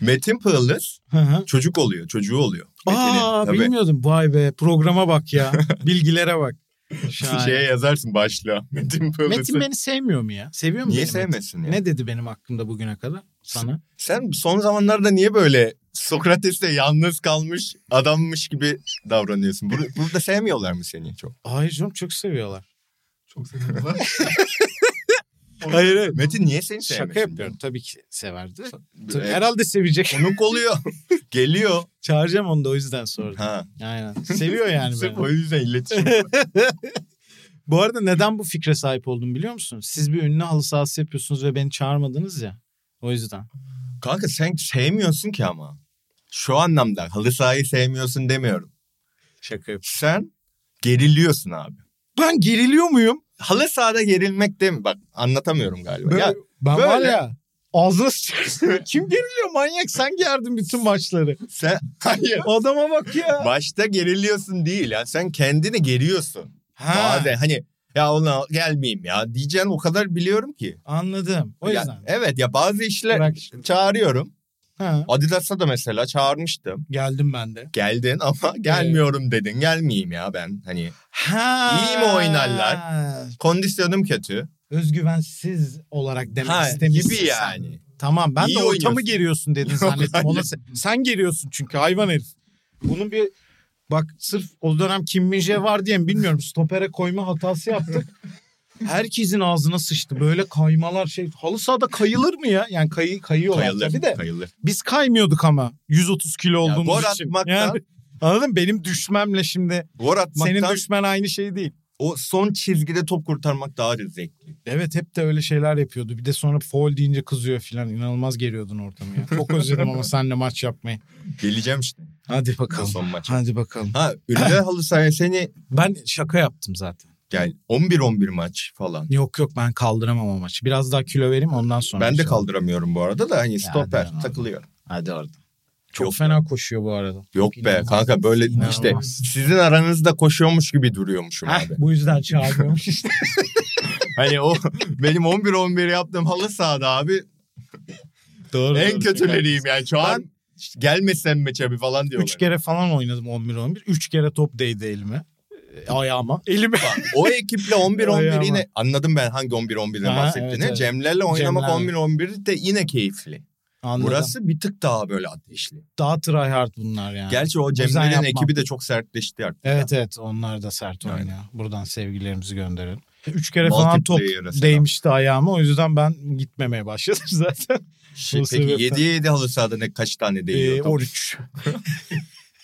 Speaker 2: Metin Pığılız
Speaker 3: Hı hı.
Speaker 2: çocuk oluyor. Çocuğu oluyor. Metin'in.
Speaker 3: Aa
Speaker 2: Tabii.
Speaker 3: bilmiyordum. Vay be programa bak ya. Bilgilere bak. Şahane.
Speaker 2: Şeye yazarsın başlığa. Şey, Metin Pığılız'ı.
Speaker 3: Metin beni sevmiyor mu ya? Seviyor mu
Speaker 2: niye
Speaker 3: beni Metin?
Speaker 2: sevmesin ya?
Speaker 3: Ne dedi benim hakkımda bugüne kadar sana?
Speaker 2: Sen son zamanlarda niye böyle Sokrates'le yalnız kalmış adammış gibi davranıyorsun? Bur- burada sevmiyorlar mı seni çok?
Speaker 3: Hayır canım çok seviyorlar.
Speaker 4: Çok sevindim.
Speaker 3: Hayır hayır.
Speaker 2: Metin niye seni sevmesin?
Speaker 3: Şaka yapıyorum. Tabii ki severdi. Tabii,
Speaker 2: Ee,
Speaker 3: Herhalde sevecek.
Speaker 2: Konuk oluyor. Geliyor.
Speaker 3: Çağıracağım onu da o yüzden sordum.
Speaker 2: Ha.
Speaker 3: Aynen. Seviyor yani
Speaker 2: Sırf
Speaker 3: beni.
Speaker 2: o yüzden iletişim
Speaker 3: Bu arada neden bu fikre sahip oldum biliyor musun? Siz bir ünlü halı sahası yapıyorsunuz ve beni çağırmadınız ya. O yüzden.
Speaker 2: Kanka sen sevmiyorsun ki ama. Şu anlamda halı sahayı sevmiyorsun demiyorum.
Speaker 3: Şaka yapıyorum.
Speaker 2: Sen geriliyorsun abi.
Speaker 3: Ben geriliyor muyum?
Speaker 2: Halı sahada gerilmek değil mi? Bak anlatamıyorum galiba.
Speaker 3: Böyle-
Speaker 2: Ya,
Speaker 3: ben var
Speaker 2: böyle.
Speaker 3: ya Ağzına sıçarsın. Kim geriliyor manyak? Sen gerdin bütün maçları.
Speaker 2: Sen hayır.
Speaker 3: Adama bak ya.
Speaker 2: Başta geriliyorsun değil ya. Sen kendini geriyorsun. Bazen hani ya ona gelmeyeyim ya diyeceğin o kadar biliyorum ki.
Speaker 3: Anladım. O
Speaker 2: Ya,
Speaker 3: yüzden.
Speaker 2: evet ya bazı işler
Speaker 3: Bırak şimdi.
Speaker 2: çağırıyorum.
Speaker 3: Ha,
Speaker 2: Adidas'a da mesela çağırmıştım.
Speaker 3: geldim ben de.
Speaker 2: Geldin ama gelmiyorum dedin. Gelmeyeyim ya ben. Hani
Speaker 3: Ha.
Speaker 2: İyi mi oynarlar? kondisyonum kötü.
Speaker 3: Özgüvensiz olarak demek
Speaker 2: Ha,
Speaker 3: istemişsin.
Speaker 2: gibi
Speaker 3: sen.
Speaker 2: yani.
Speaker 3: Tamam ben
Speaker 2: İyi
Speaker 3: de ortamı
Speaker 2: oynuyorsun.
Speaker 3: geriyorsun dedin
Speaker 2: Yok,
Speaker 3: zannettim. Ona
Speaker 2: hayır.
Speaker 3: sen, sen geriyorsun çünkü hayvan herif. Bunun bir bak sırf o dönem Kim Min-jae var diye mi bilmiyorum stopere koyma hatası yaptık. Herkesin ağzına sıçtı. Böyle kaymalar şey. Halı sahada kayılır mı ya? Yani kayı, kayıyorlar tabii de.
Speaker 2: Kayılır. Kayılır.
Speaker 3: Biz kaymıyorduk ama 130 kilo
Speaker 2: Ya
Speaker 3: olduğumuz
Speaker 2: gol
Speaker 3: için.
Speaker 2: atmaktan-
Speaker 3: Yani, anladın mı? Benim düşmemle şimdi
Speaker 2: Gol
Speaker 3: senin
Speaker 2: atmaktan
Speaker 3: düşmen aynı şey değil.
Speaker 2: o son çizgide top kurtarmak daha zevkli.
Speaker 3: Evet hep de öyle şeyler yapıyordu. Bir de sonra foul deyince kızıyor filan. İnanılmaz geriyordun ortamı ya. Çok özledim ama seninle maç yapmayı.
Speaker 2: Geleceğim işte.
Speaker 3: Hadi
Speaker 2: bu
Speaker 3: bakalım.
Speaker 2: Son maç.
Speaker 3: Hadi bakalım.
Speaker 2: Ha ünlü halı sahaya seni
Speaker 3: Ben şaka yaptım zaten.
Speaker 2: yani 11-11 maç falan.
Speaker 3: Yok yok ben kaldıramam o maçı. Biraz daha kilo vereyim ondan sonra.
Speaker 2: Ben de
Speaker 3: inşallah.
Speaker 2: kaldıramıyorum bu arada da hani stoper
Speaker 3: hadi ya.
Speaker 2: takılıyor.
Speaker 3: Hadi orada. Çok
Speaker 2: Yok
Speaker 3: fena koşuyor bu arada.
Speaker 2: Yok be
Speaker 3: İnanılmaz.
Speaker 2: kanka böyle
Speaker 3: İnanılmaz.
Speaker 2: işte sizin aranızda koşuyormuş gibi duruyormuşum
Speaker 3: Heh,
Speaker 2: abi.
Speaker 3: bu yüzden çağırmıyormuş işte.
Speaker 2: Hani o benim 11-11 yaptığım halı sahada abi
Speaker 3: doğru.
Speaker 2: en kötüleriyim yani şu an gelmesem mi çabi falan diyorlar.
Speaker 3: Üç kere falan oynadım 11-11. Üç kere top değdi elime. E, Ayağıma. Elime.
Speaker 2: o ekiple 11-11
Speaker 3: Ay
Speaker 2: yine
Speaker 3: ama.
Speaker 2: anladım ben hangi 11-11'den
Speaker 3: Ha,
Speaker 2: bahsettiğini.
Speaker 3: evet, evet.
Speaker 2: Cemlerle oynamak
Speaker 3: Cemlerle.
Speaker 2: 11-11 de yine keyifli.
Speaker 3: Anladım.
Speaker 2: Burası bir tık daha böyle ateşli.
Speaker 3: Daha tryhard bunlar yani.
Speaker 2: Gerçi o
Speaker 3: Güzel
Speaker 2: Cemler'in
Speaker 3: yapmam.
Speaker 2: ekibi de çok sertleşti artık.
Speaker 3: Evet evet onlar da sert oynuyor. Buradan sevgilerimizi gönderelim. E, Üç kere falan top
Speaker 2: Multiplayer'a selam.
Speaker 3: değmişti ayağıma. O yüzden ben gitmemeye başladım zaten.
Speaker 2: Şey,
Speaker 3: O
Speaker 2: peki
Speaker 3: sebepten-
Speaker 2: 7'ye 7 halı sahada ne, kaç tane değiyor?
Speaker 3: Ee,
Speaker 2: top?
Speaker 3: 13.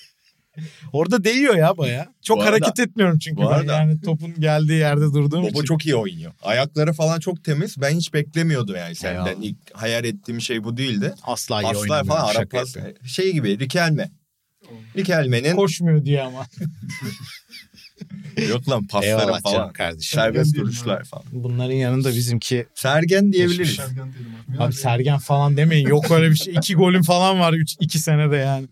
Speaker 3: Orada değiyor ya baya. Çok
Speaker 2: Bu arada-
Speaker 3: hareket etmiyorum çünkü
Speaker 2: bu
Speaker 3: ben
Speaker 2: arada-
Speaker 3: yani topun geldiği yerde durduğum
Speaker 2: Baba
Speaker 3: için.
Speaker 2: çok iyi oynuyor. Ayakları falan çok temiz. Ben hiç beklemiyordum yani senden.
Speaker 3: Eyvallah.
Speaker 2: İlk hayal ettiğim şey bu değildi.
Speaker 3: asla iyi
Speaker 2: Paslar
Speaker 3: oynamıyorum.
Speaker 2: falan
Speaker 3: şaka
Speaker 2: Arap pas
Speaker 3: yapıyorum.
Speaker 2: şey gibi Rikelme. Rikelme'nin
Speaker 3: Koşmuyor diye ama.
Speaker 2: yok lan pasları falan.
Speaker 3: kardeşim.
Speaker 2: Serbest
Speaker 4: Gönderim
Speaker 2: duruşlar falan.
Speaker 3: Bunların yanında bizimki
Speaker 2: Sergen diyebiliriz.
Speaker 4: Sergen diyelim abi.
Speaker 3: Abi Sergen falan demeyin. Yok öyle bir şey. İki golüm falan var. Üç, iki senede yani.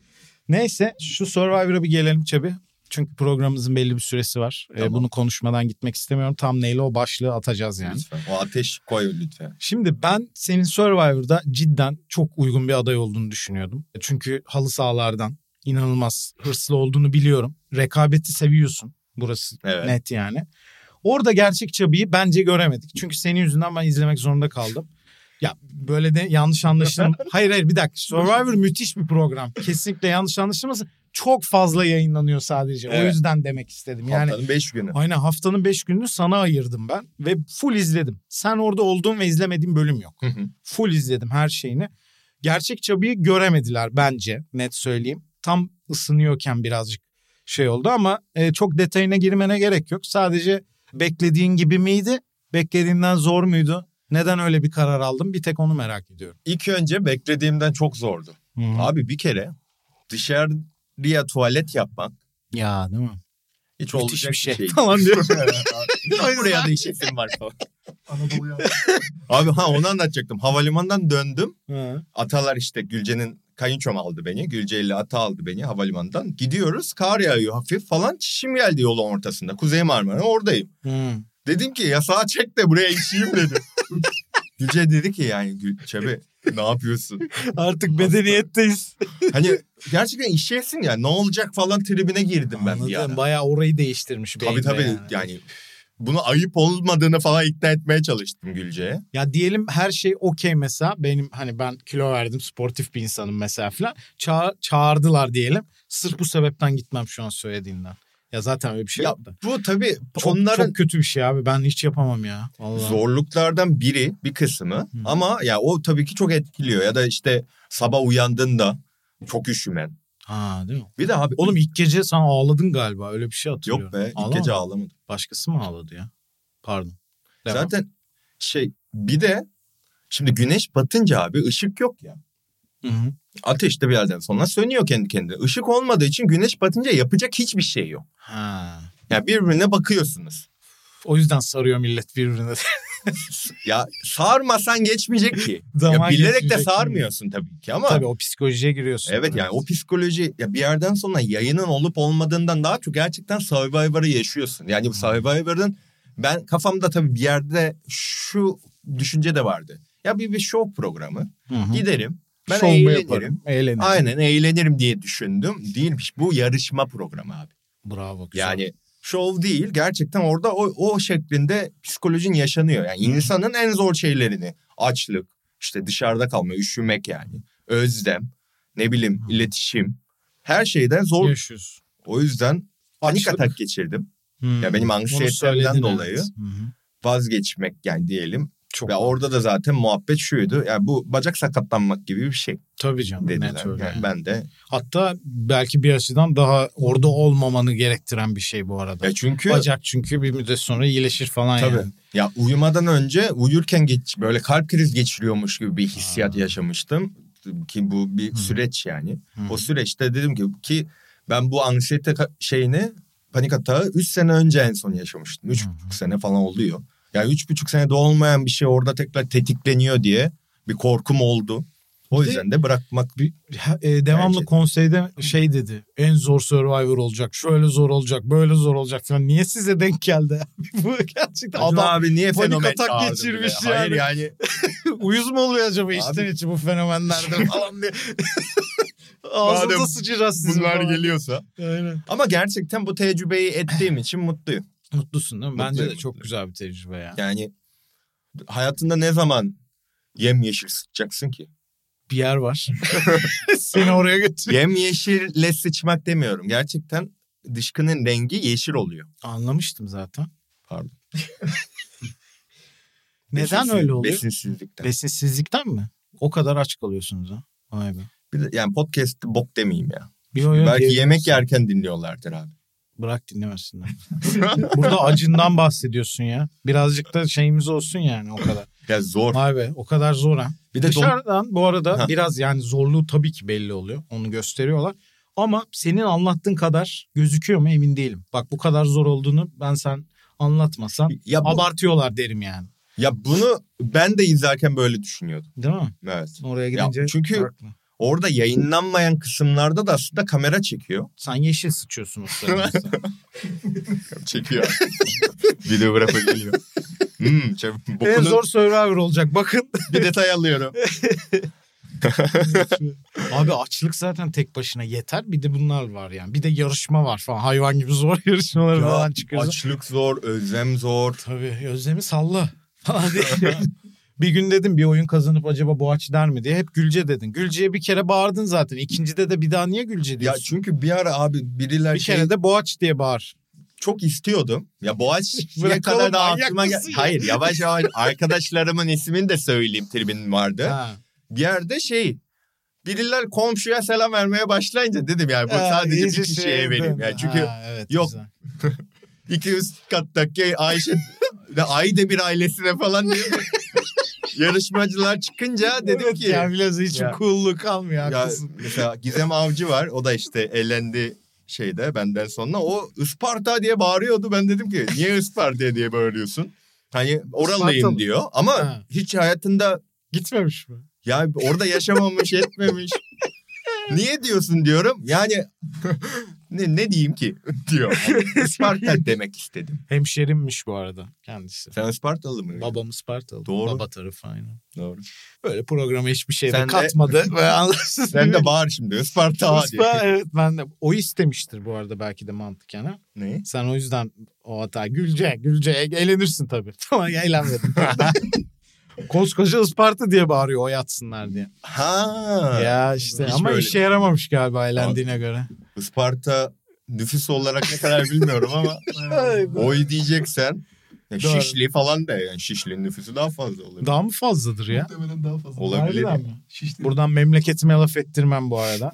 Speaker 3: Neyse şu Survivor'a bir gelelim Çabi. Çünkü programımızın belli bir süresi var. Ee,
Speaker 2: Tamam.
Speaker 3: bunu konuşmadan gitmek istemiyorum. Tam neyle o başlığı atacağız yani.
Speaker 2: Lütfen. O ateş koy lütfen.
Speaker 3: Şimdi ben senin Survivor'da cidden çok uygun bir aday olduğunu düşünüyordum. E, Çünkü halı sahalardan inanılmaz hırslı olduğunu biliyorum. Rekabeti seviyorsun. Burası
Speaker 2: Evet.
Speaker 3: net yani. Orada gerçek çabayı bence göremedik. Çünkü senin yüzünden ben izlemek zorunda kaldım. Ya böyle de yanlış anlaşılma. hayır hayır bir dakika. Survivor müthiş bir program. Kesinlikle yanlış anlaşılmasın. Çok fazla yayınlanıyor sadece. O
Speaker 2: Evet.
Speaker 3: yüzden demek istedim. Yani
Speaker 2: Haftanın 5 günü.
Speaker 3: Aynen haftanın 5 gününü sana ayırdım ben ve full izledim. Sen orada olduğun ve izlemediğin bölüm yok.
Speaker 2: Hı hı.
Speaker 3: full izledim her şeyini. Gerçek çabayı göremediler bence net söyleyeyim. Tam ısınıyorken birazcık şey oldu ama e, çok detayına girmene gerek yok. Sadece beklediğin gibi miydi? Beklediğinden zor muydu? Neden öyle bir karar aldım? Bir tek onu merak ediyorum.
Speaker 2: İlk önce beklediğimden çok zordu. Abi bir kere dışarıya tuvalet yapmak
Speaker 3: Ya değil mi?
Speaker 2: hiç
Speaker 3: Müthiş
Speaker 2: olacak
Speaker 3: bir şey.
Speaker 2: Tamam diyor.
Speaker 3: O
Speaker 2: Buraya
Speaker 3: yüzden-
Speaker 2: da işesim var falan.
Speaker 4: Anadolu'ya.
Speaker 2: Abi ha onu anlatacaktım. Havalimanından döndüm. Atalar işte Gülce'nin kayınçom aldı beni. Gülce ile ata aldı beni havalimanından. Gidiyoruz kar yağıyor hafif falan. Çişim geldi yolun ortasında. Kuzey Marmara oradayım.
Speaker 3: Hı.
Speaker 2: Dedim ki yasağı çek de buraya işeyim dedim. Gülce dedi ki yani Gül, Çebi ne yapıyorsun?
Speaker 3: Artık bedeniyetteyiz.
Speaker 2: Hani gerçekten işeyesin ya ne olacak falan tribine girdim ben bir
Speaker 3: Anladım.
Speaker 2: ara.
Speaker 3: Bayağı orayı değiştirmiş.
Speaker 2: Tabii
Speaker 3: beyinde
Speaker 2: tabii yani. bunu ayıp olmadığını falan ikna etmeye çalıştım Gülce'ye.
Speaker 3: Ya diyelim her şey okey mesela benim hani ben kilo verdim sportif bir insanım mesela filan Ça- çağırdılar diyelim. Sırf bu sebepten gitmem şu an söylediğinden. Ya zaten öyle bir şey
Speaker 2: Ya,
Speaker 3: yok da.
Speaker 2: Bu tabii
Speaker 3: Çok,
Speaker 2: onların
Speaker 3: çok kötü bir şey abi ben hiç yapamam ya. Vallahi.
Speaker 2: zorluklardan biri bir kısmı ama ya o tabii ki çok etkiliyor ya da işte sabah uyandığında çok üşümen.
Speaker 3: Ha değil mi?
Speaker 2: Bir de abi
Speaker 3: Oğlum ilk gece sen ağladın galiba öyle bir şey hatırlıyorum.
Speaker 2: yok be ilk
Speaker 3: Ağlama.
Speaker 2: gece ağlamadım.
Speaker 3: Başkası mı ağladı ya? Pardon. Devam.
Speaker 2: Zaten şey bir de şimdi güneş batınca abi ışık yok ya.
Speaker 3: Hı hı.
Speaker 2: Ateş de bir yerden sonra sönüyor kendi kendine. Işık olmadığı için güneş batınca yapacak hiçbir şey yok.
Speaker 3: Ha.
Speaker 2: Ya birbirine bakıyorsunuz.
Speaker 3: O yüzden sarıyor millet birbirine.
Speaker 2: ya sarmasan geçmeyecek ki. ya
Speaker 3: Zaman
Speaker 2: bilerek de
Speaker 3: geçmeyecek
Speaker 2: sarmıyorsun tabii ki ama.
Speaker 3: Tabii o psikolojiye giriyorsun.
Speaker 2: Evet yani o psikoloji ya bir yerden sonra yayının olup olmadığından daha çok gerçekten Survivor'ı yaşıyorsun. Yani bu Survivor'ın ben kafamda tabii bir yerde şu düşünce de vardı. Ya bir bir show programı.
Speaker 3: Hı hı.
Speaker 2: Giderim. Ben
Speaker 3: Şovumu
Speaker 2: eğlenirim.
Speaker 3: yaparım, Eğlenirim.
Speaker 2: Aynen eğlenirim diye düşündüm. Değilmiş. Bu yarışma programı abi.
Speaker 3: Bravo. Güzel.
Speaker 2: Yani şov değil gerçekten orada o, o şeklinde psikolojin yaşanıyor. Yani insanın en zor şeylerini açlık, işte dışarıda kalma, üşümek yani, özlem, ne bileyim iletişim her şeyden zor.
Speaker 3: Yaşıyorsun.
Speaker 2: O yüzden panik
Speaker 3: Açlık.
Speaker 2: atak geçirdim.
Speaker 3: Hmm.
Speaker 2: Ya benim
Speaker 3: Onu
Speaker 2: anksiyetemden
Speaker 3: söyledin,
Speaker 2: dolayı.
Speaker 3: evet. Hı hı.
Speaker 2: Vazgeçmek yani diyelim.
Speaker 3: Çok
Speaker 2: Ve orada da zaten muhabbet şuydu. Yani bu bacak sakatlanmak gibi bir şey
Speaker 3: tabii canım.
Speaker 2: dediler.
Speaker 3: Net öyle.
Speaker 2: Yani ben de.
Speaker 3: Hatta belki bir açıdan daha orada olmamanı gerektiren bir şey bu arada.
Speaker 2: Ya çünkü
Speaker 3: Bacak çünkü bir müddet sonra iyileşir falan
Speaker 2: Tabii.
Speaker 3: yani.
Speaker 2: Ya uyumadan önce uyurken geç, böyle kalp kriz geçiriyormuş gibi bir hissiyat
Speaker 3: Ha.
Speaker 2: yaşamıştım. Ki bu bir
Speaker 3: Hı.
Speaker 2: süreç yani.
Speaker 3: Hı.
Speaker 2: O süreçte dedim ki ki ben bu anksiyete ka- şeyini panik atağı 3 sene önce en son yaşamıştım.
Speaker 3: Hı
Speaker 2: 3,5 sene falan oluyor. Yani 3,5 senede olmayan bir şey orada tekrar tetikleniyor diye bir korkum oldu. O
Speaker 3: Bir de-
Speaker 2: yüzden de bırakmak
Speaker 3: Bir, ha- e, devamlı
Speaker 2: Bence.
Speaker 3: konseyde şey dedi. En zor Survivor olacak. Şöyle zor olacak. Böyle zor olacak falan. Niye size denk geldi? bu gerçekten
Speaker 2: Acun
Speaker 3: adam
Speaker 2: abi niye
Speaker 3: panik
Speaker 2: fenomen
Speaker 3: atak
Speaker 2: çağırdı
Speaker 3: geçirmiş
Speaker 2: bir de? Hayır
Speaker 3: yani.
Speaker 2: yani
Speaker 3: uyuz mu oluyor acaba içten içe bu fenomenlerden falan diye. Ağzınıza
Speaker 2: Madem
Speaker 3: sıçacağız sizin
Speaker 2: bunlar
Speaker 3: falan.
Speaker 2: geliyorsa.
Speaker 3: Aynen.
Speaker 2: Ama gerçekten bu tecrübeyi ettiğim için mutluyum.
Speaker 3: Mutlusun değil mi? Bence de
Speaker 2: Mutluyum,
Speaker 3: çok
Speaker 2: mutluyum.
Speaker 3: güzel bir tecrübe ya.
Speaker 2: Yani hayatında ne zaman yemyeşil sıçacaksın ki?
Speaker 3: Bir yer var. Seni oraya götür.
Speaker 2: yemyeşille sıçmak demiyorum. Gerçekten dışkının rengi yeşil oluyor.
Speaker 3: Anlamıştım zaten.
Speaker 2: Pardon.
Speaker 3: Neden
Speaker 2: Besinsiz-
Speaker 3: öyle oluyor?
Speaker 2: Besinsizlikten.
Speaker 3: Besinsizlikten mi? O kadar aç kalıyorsunuz ha. Vay be.
Speaker 2: Bir de- yani podcast'ı bok demeyeyim ya.
Speaker 3: Bir oyun
Speaker 2: Belki
Speaker 3: diyebilirsin.
Speaker 2: yemek yerken dinliyorlardır abi.
Speaker 3: Bırak dinlemesinler. Burada acından bahsediyorsun ya. Birazcık da şeyimiz olsun yani o kadar.
Speaker 2: Ya zor.
Speaker 3: Vay be o kadar zor ha.
Speaker 2: Bir de dom-
Speaker 3: Dışarıdan bu arada
Speaker 2: Ha.
Speaker 3: biraz yani zorluğu tabii ki belli oluyor. Onu gösteriyorlar. Ama senin anlattığın kadar gözüküyor mu emin değilim. Bak bu kadar zor olduğunu ben sen anlatmasan
Speaker 2: ya, bu-
Speaker 3: abartıyorlar derim yani.
Speaker 2: ya bunu ben de izlerken böyle düşünüyordum.
Speaker 3: Değil mi?
Speaker 2: Evet.
Speaker 3: Oraya
Speaker 2: Ya
Speaker 3: gidince
Speaker 2: çünkü-
Speaker 3: farklı.
Speaker 2: Orada yayınlanmayan kısımlarda da aslında kamera çekiyor.
Speaker 3: sen yeşil sıçıyorsun usta.
Speaker 2: Çekiyor. Videografa geliyor. Hmm, şey,
Speaker 3: en
Speaker 2: bokunun-
Speaker 3: zor Survivor olacak bakın.
Speaker 2: bir detay alıyorum.
Speaker 3: Abi açlık zaten tek başına yeter. Bir de bunlar var yani. Bir de yarışma var falan. Hayvan gibi zor yarışmalar
Speaker 2: Ya,
Speaker 3: falan çıkıyor.
Speaker 2: Açlık zor, özlem zor.
Speaker 3: Tabii Özlem'i salla falan diye. bir gün dedim bir oyun kazanıp acaba Boğaç der mi diye. Hep Gülce dedin. Gülce'ye bir kere bağırdın zaten. İkincide de bir daha niye Gülce
Speaker 2: Ya
Speaker 3: diyorsun?
Speaker 2: çünkü bir ara abi biriler
Speaker 3: bir
Speaker 2: şey
Speaker 3: kere de Boğaç diye bağır.
Speaker 2: çok istiyordum. Ya Boğaziçi'ye
Speaker 3: Bırak
Speaker 2: kadar
Speaker 3: oğlum,
Speaker 2: da
Speaker 3: manyak
Speaker 2: aklıma gel-
Speaker 3: mısın ya?
Speaker 2: Hayır yavaş yavaş arkadaşlarımın ismini de söyleyeyim tribin vardı.
Speaker 3: Ha.
Speaker 2: Bir yerde şey biriler komşuya selam vermeye başlayınca dedim yani bu
Speaker 3: Ha,
Speaker 2: sadece bir
Speaker 3: iyice
Speaker 2: kişiye
Speaker 3: şey
Speaker 2: vereyim.
Speaker 3: döndü.
Speaker 2: Yani çünkü
Speaker 3: Ha, evet,
Speaker 2: yok.
Speaker 3: güzel.
Speaker 2: 200 kattaki Ayşe de ayda bir ailesine falan diye yarışmacılar çıkınca dedim
Speaker 3: Evet
Speaker 2: ki
Speaker 3: Ya biraz hiç
Speaker 2: Ya.
Speaker 3: cool'luğu kalmıyor
Speaker 2: Ya
Speaker 3: haklısın.
Speaker 2: mesela Gizem Avcı var. O da işte elendi şeyde benden sonra. O Isparta diye bağırıyordu. Ben dedim ki niye Isparta diye bağırıyorsun? Hani oralıyım
Speaker 3: Ispartalı.
Speaker 2: diyor. Ama
Speaker 3: Ha.
Speaker 2: hiç hayatında
Speaker 3: Gitmemiş mi?
Speaker 2: ya orada yaşamamış etmemiş. Niye diyorsun diyorum. Yani ne, ne diyeyim ki diyor. Yani Isparta demek istedim.
Speaker 3: Hemşerimmiş bu arada kendisi.
Speaker 2: Sen Ispartalı mı?
Speaker 3: Babam Ispartalı.
Speaker 2: Doğru.
Speaker 3: Baba tarafı aynı.
Speaker 2: Doğru.
Speaker 3: Böyle programa hiçbir şey
Speaker 2: Sen
Speaker 3: de
Speaker 2: de-
Speaker 3: katmadı. Ve anlarsın.
Speaker 2: Sen de bağır şimdi Isparta diye.
Speaker 3: Ispa- evet ben de. O istemiştir bu arada belki de mantıken ha.
Speaker 2: Ne?
Speaker 3: Sen o yüzden o hata Gülce, Gülce eğlenirsin tabii. Tamam ya eğlenmedim. Koskoca Isparta diye bağırıyor o yatsınlar diye.
Speaker 2: Ha.
Speaker 3: ya işte
Speaker 2: Hiç
Speaker 3: ama
Speaker 2: böyle-
Speaker 3: işe yaramamış galiba eğlendiğine göre.
Speaker 2: Isparta nüfus olarak ne kadar bilmiyorum ama oy diyeceksen ya
Speaker 3: Doğru.
Speaker 2: Şişli falan da yani Şişli'nin nüfusu daha fazla olur.
Speaker 3: Daha mı fazladır ya?
Speaker 4: Muhtemelen daha fazla.
Speaker 2: Olabilir.
Speaker 3: Harbiden mi?
Speaker 4: Şişti.
Speaker 3: Buradan memleketime laf ettirmem bu arada.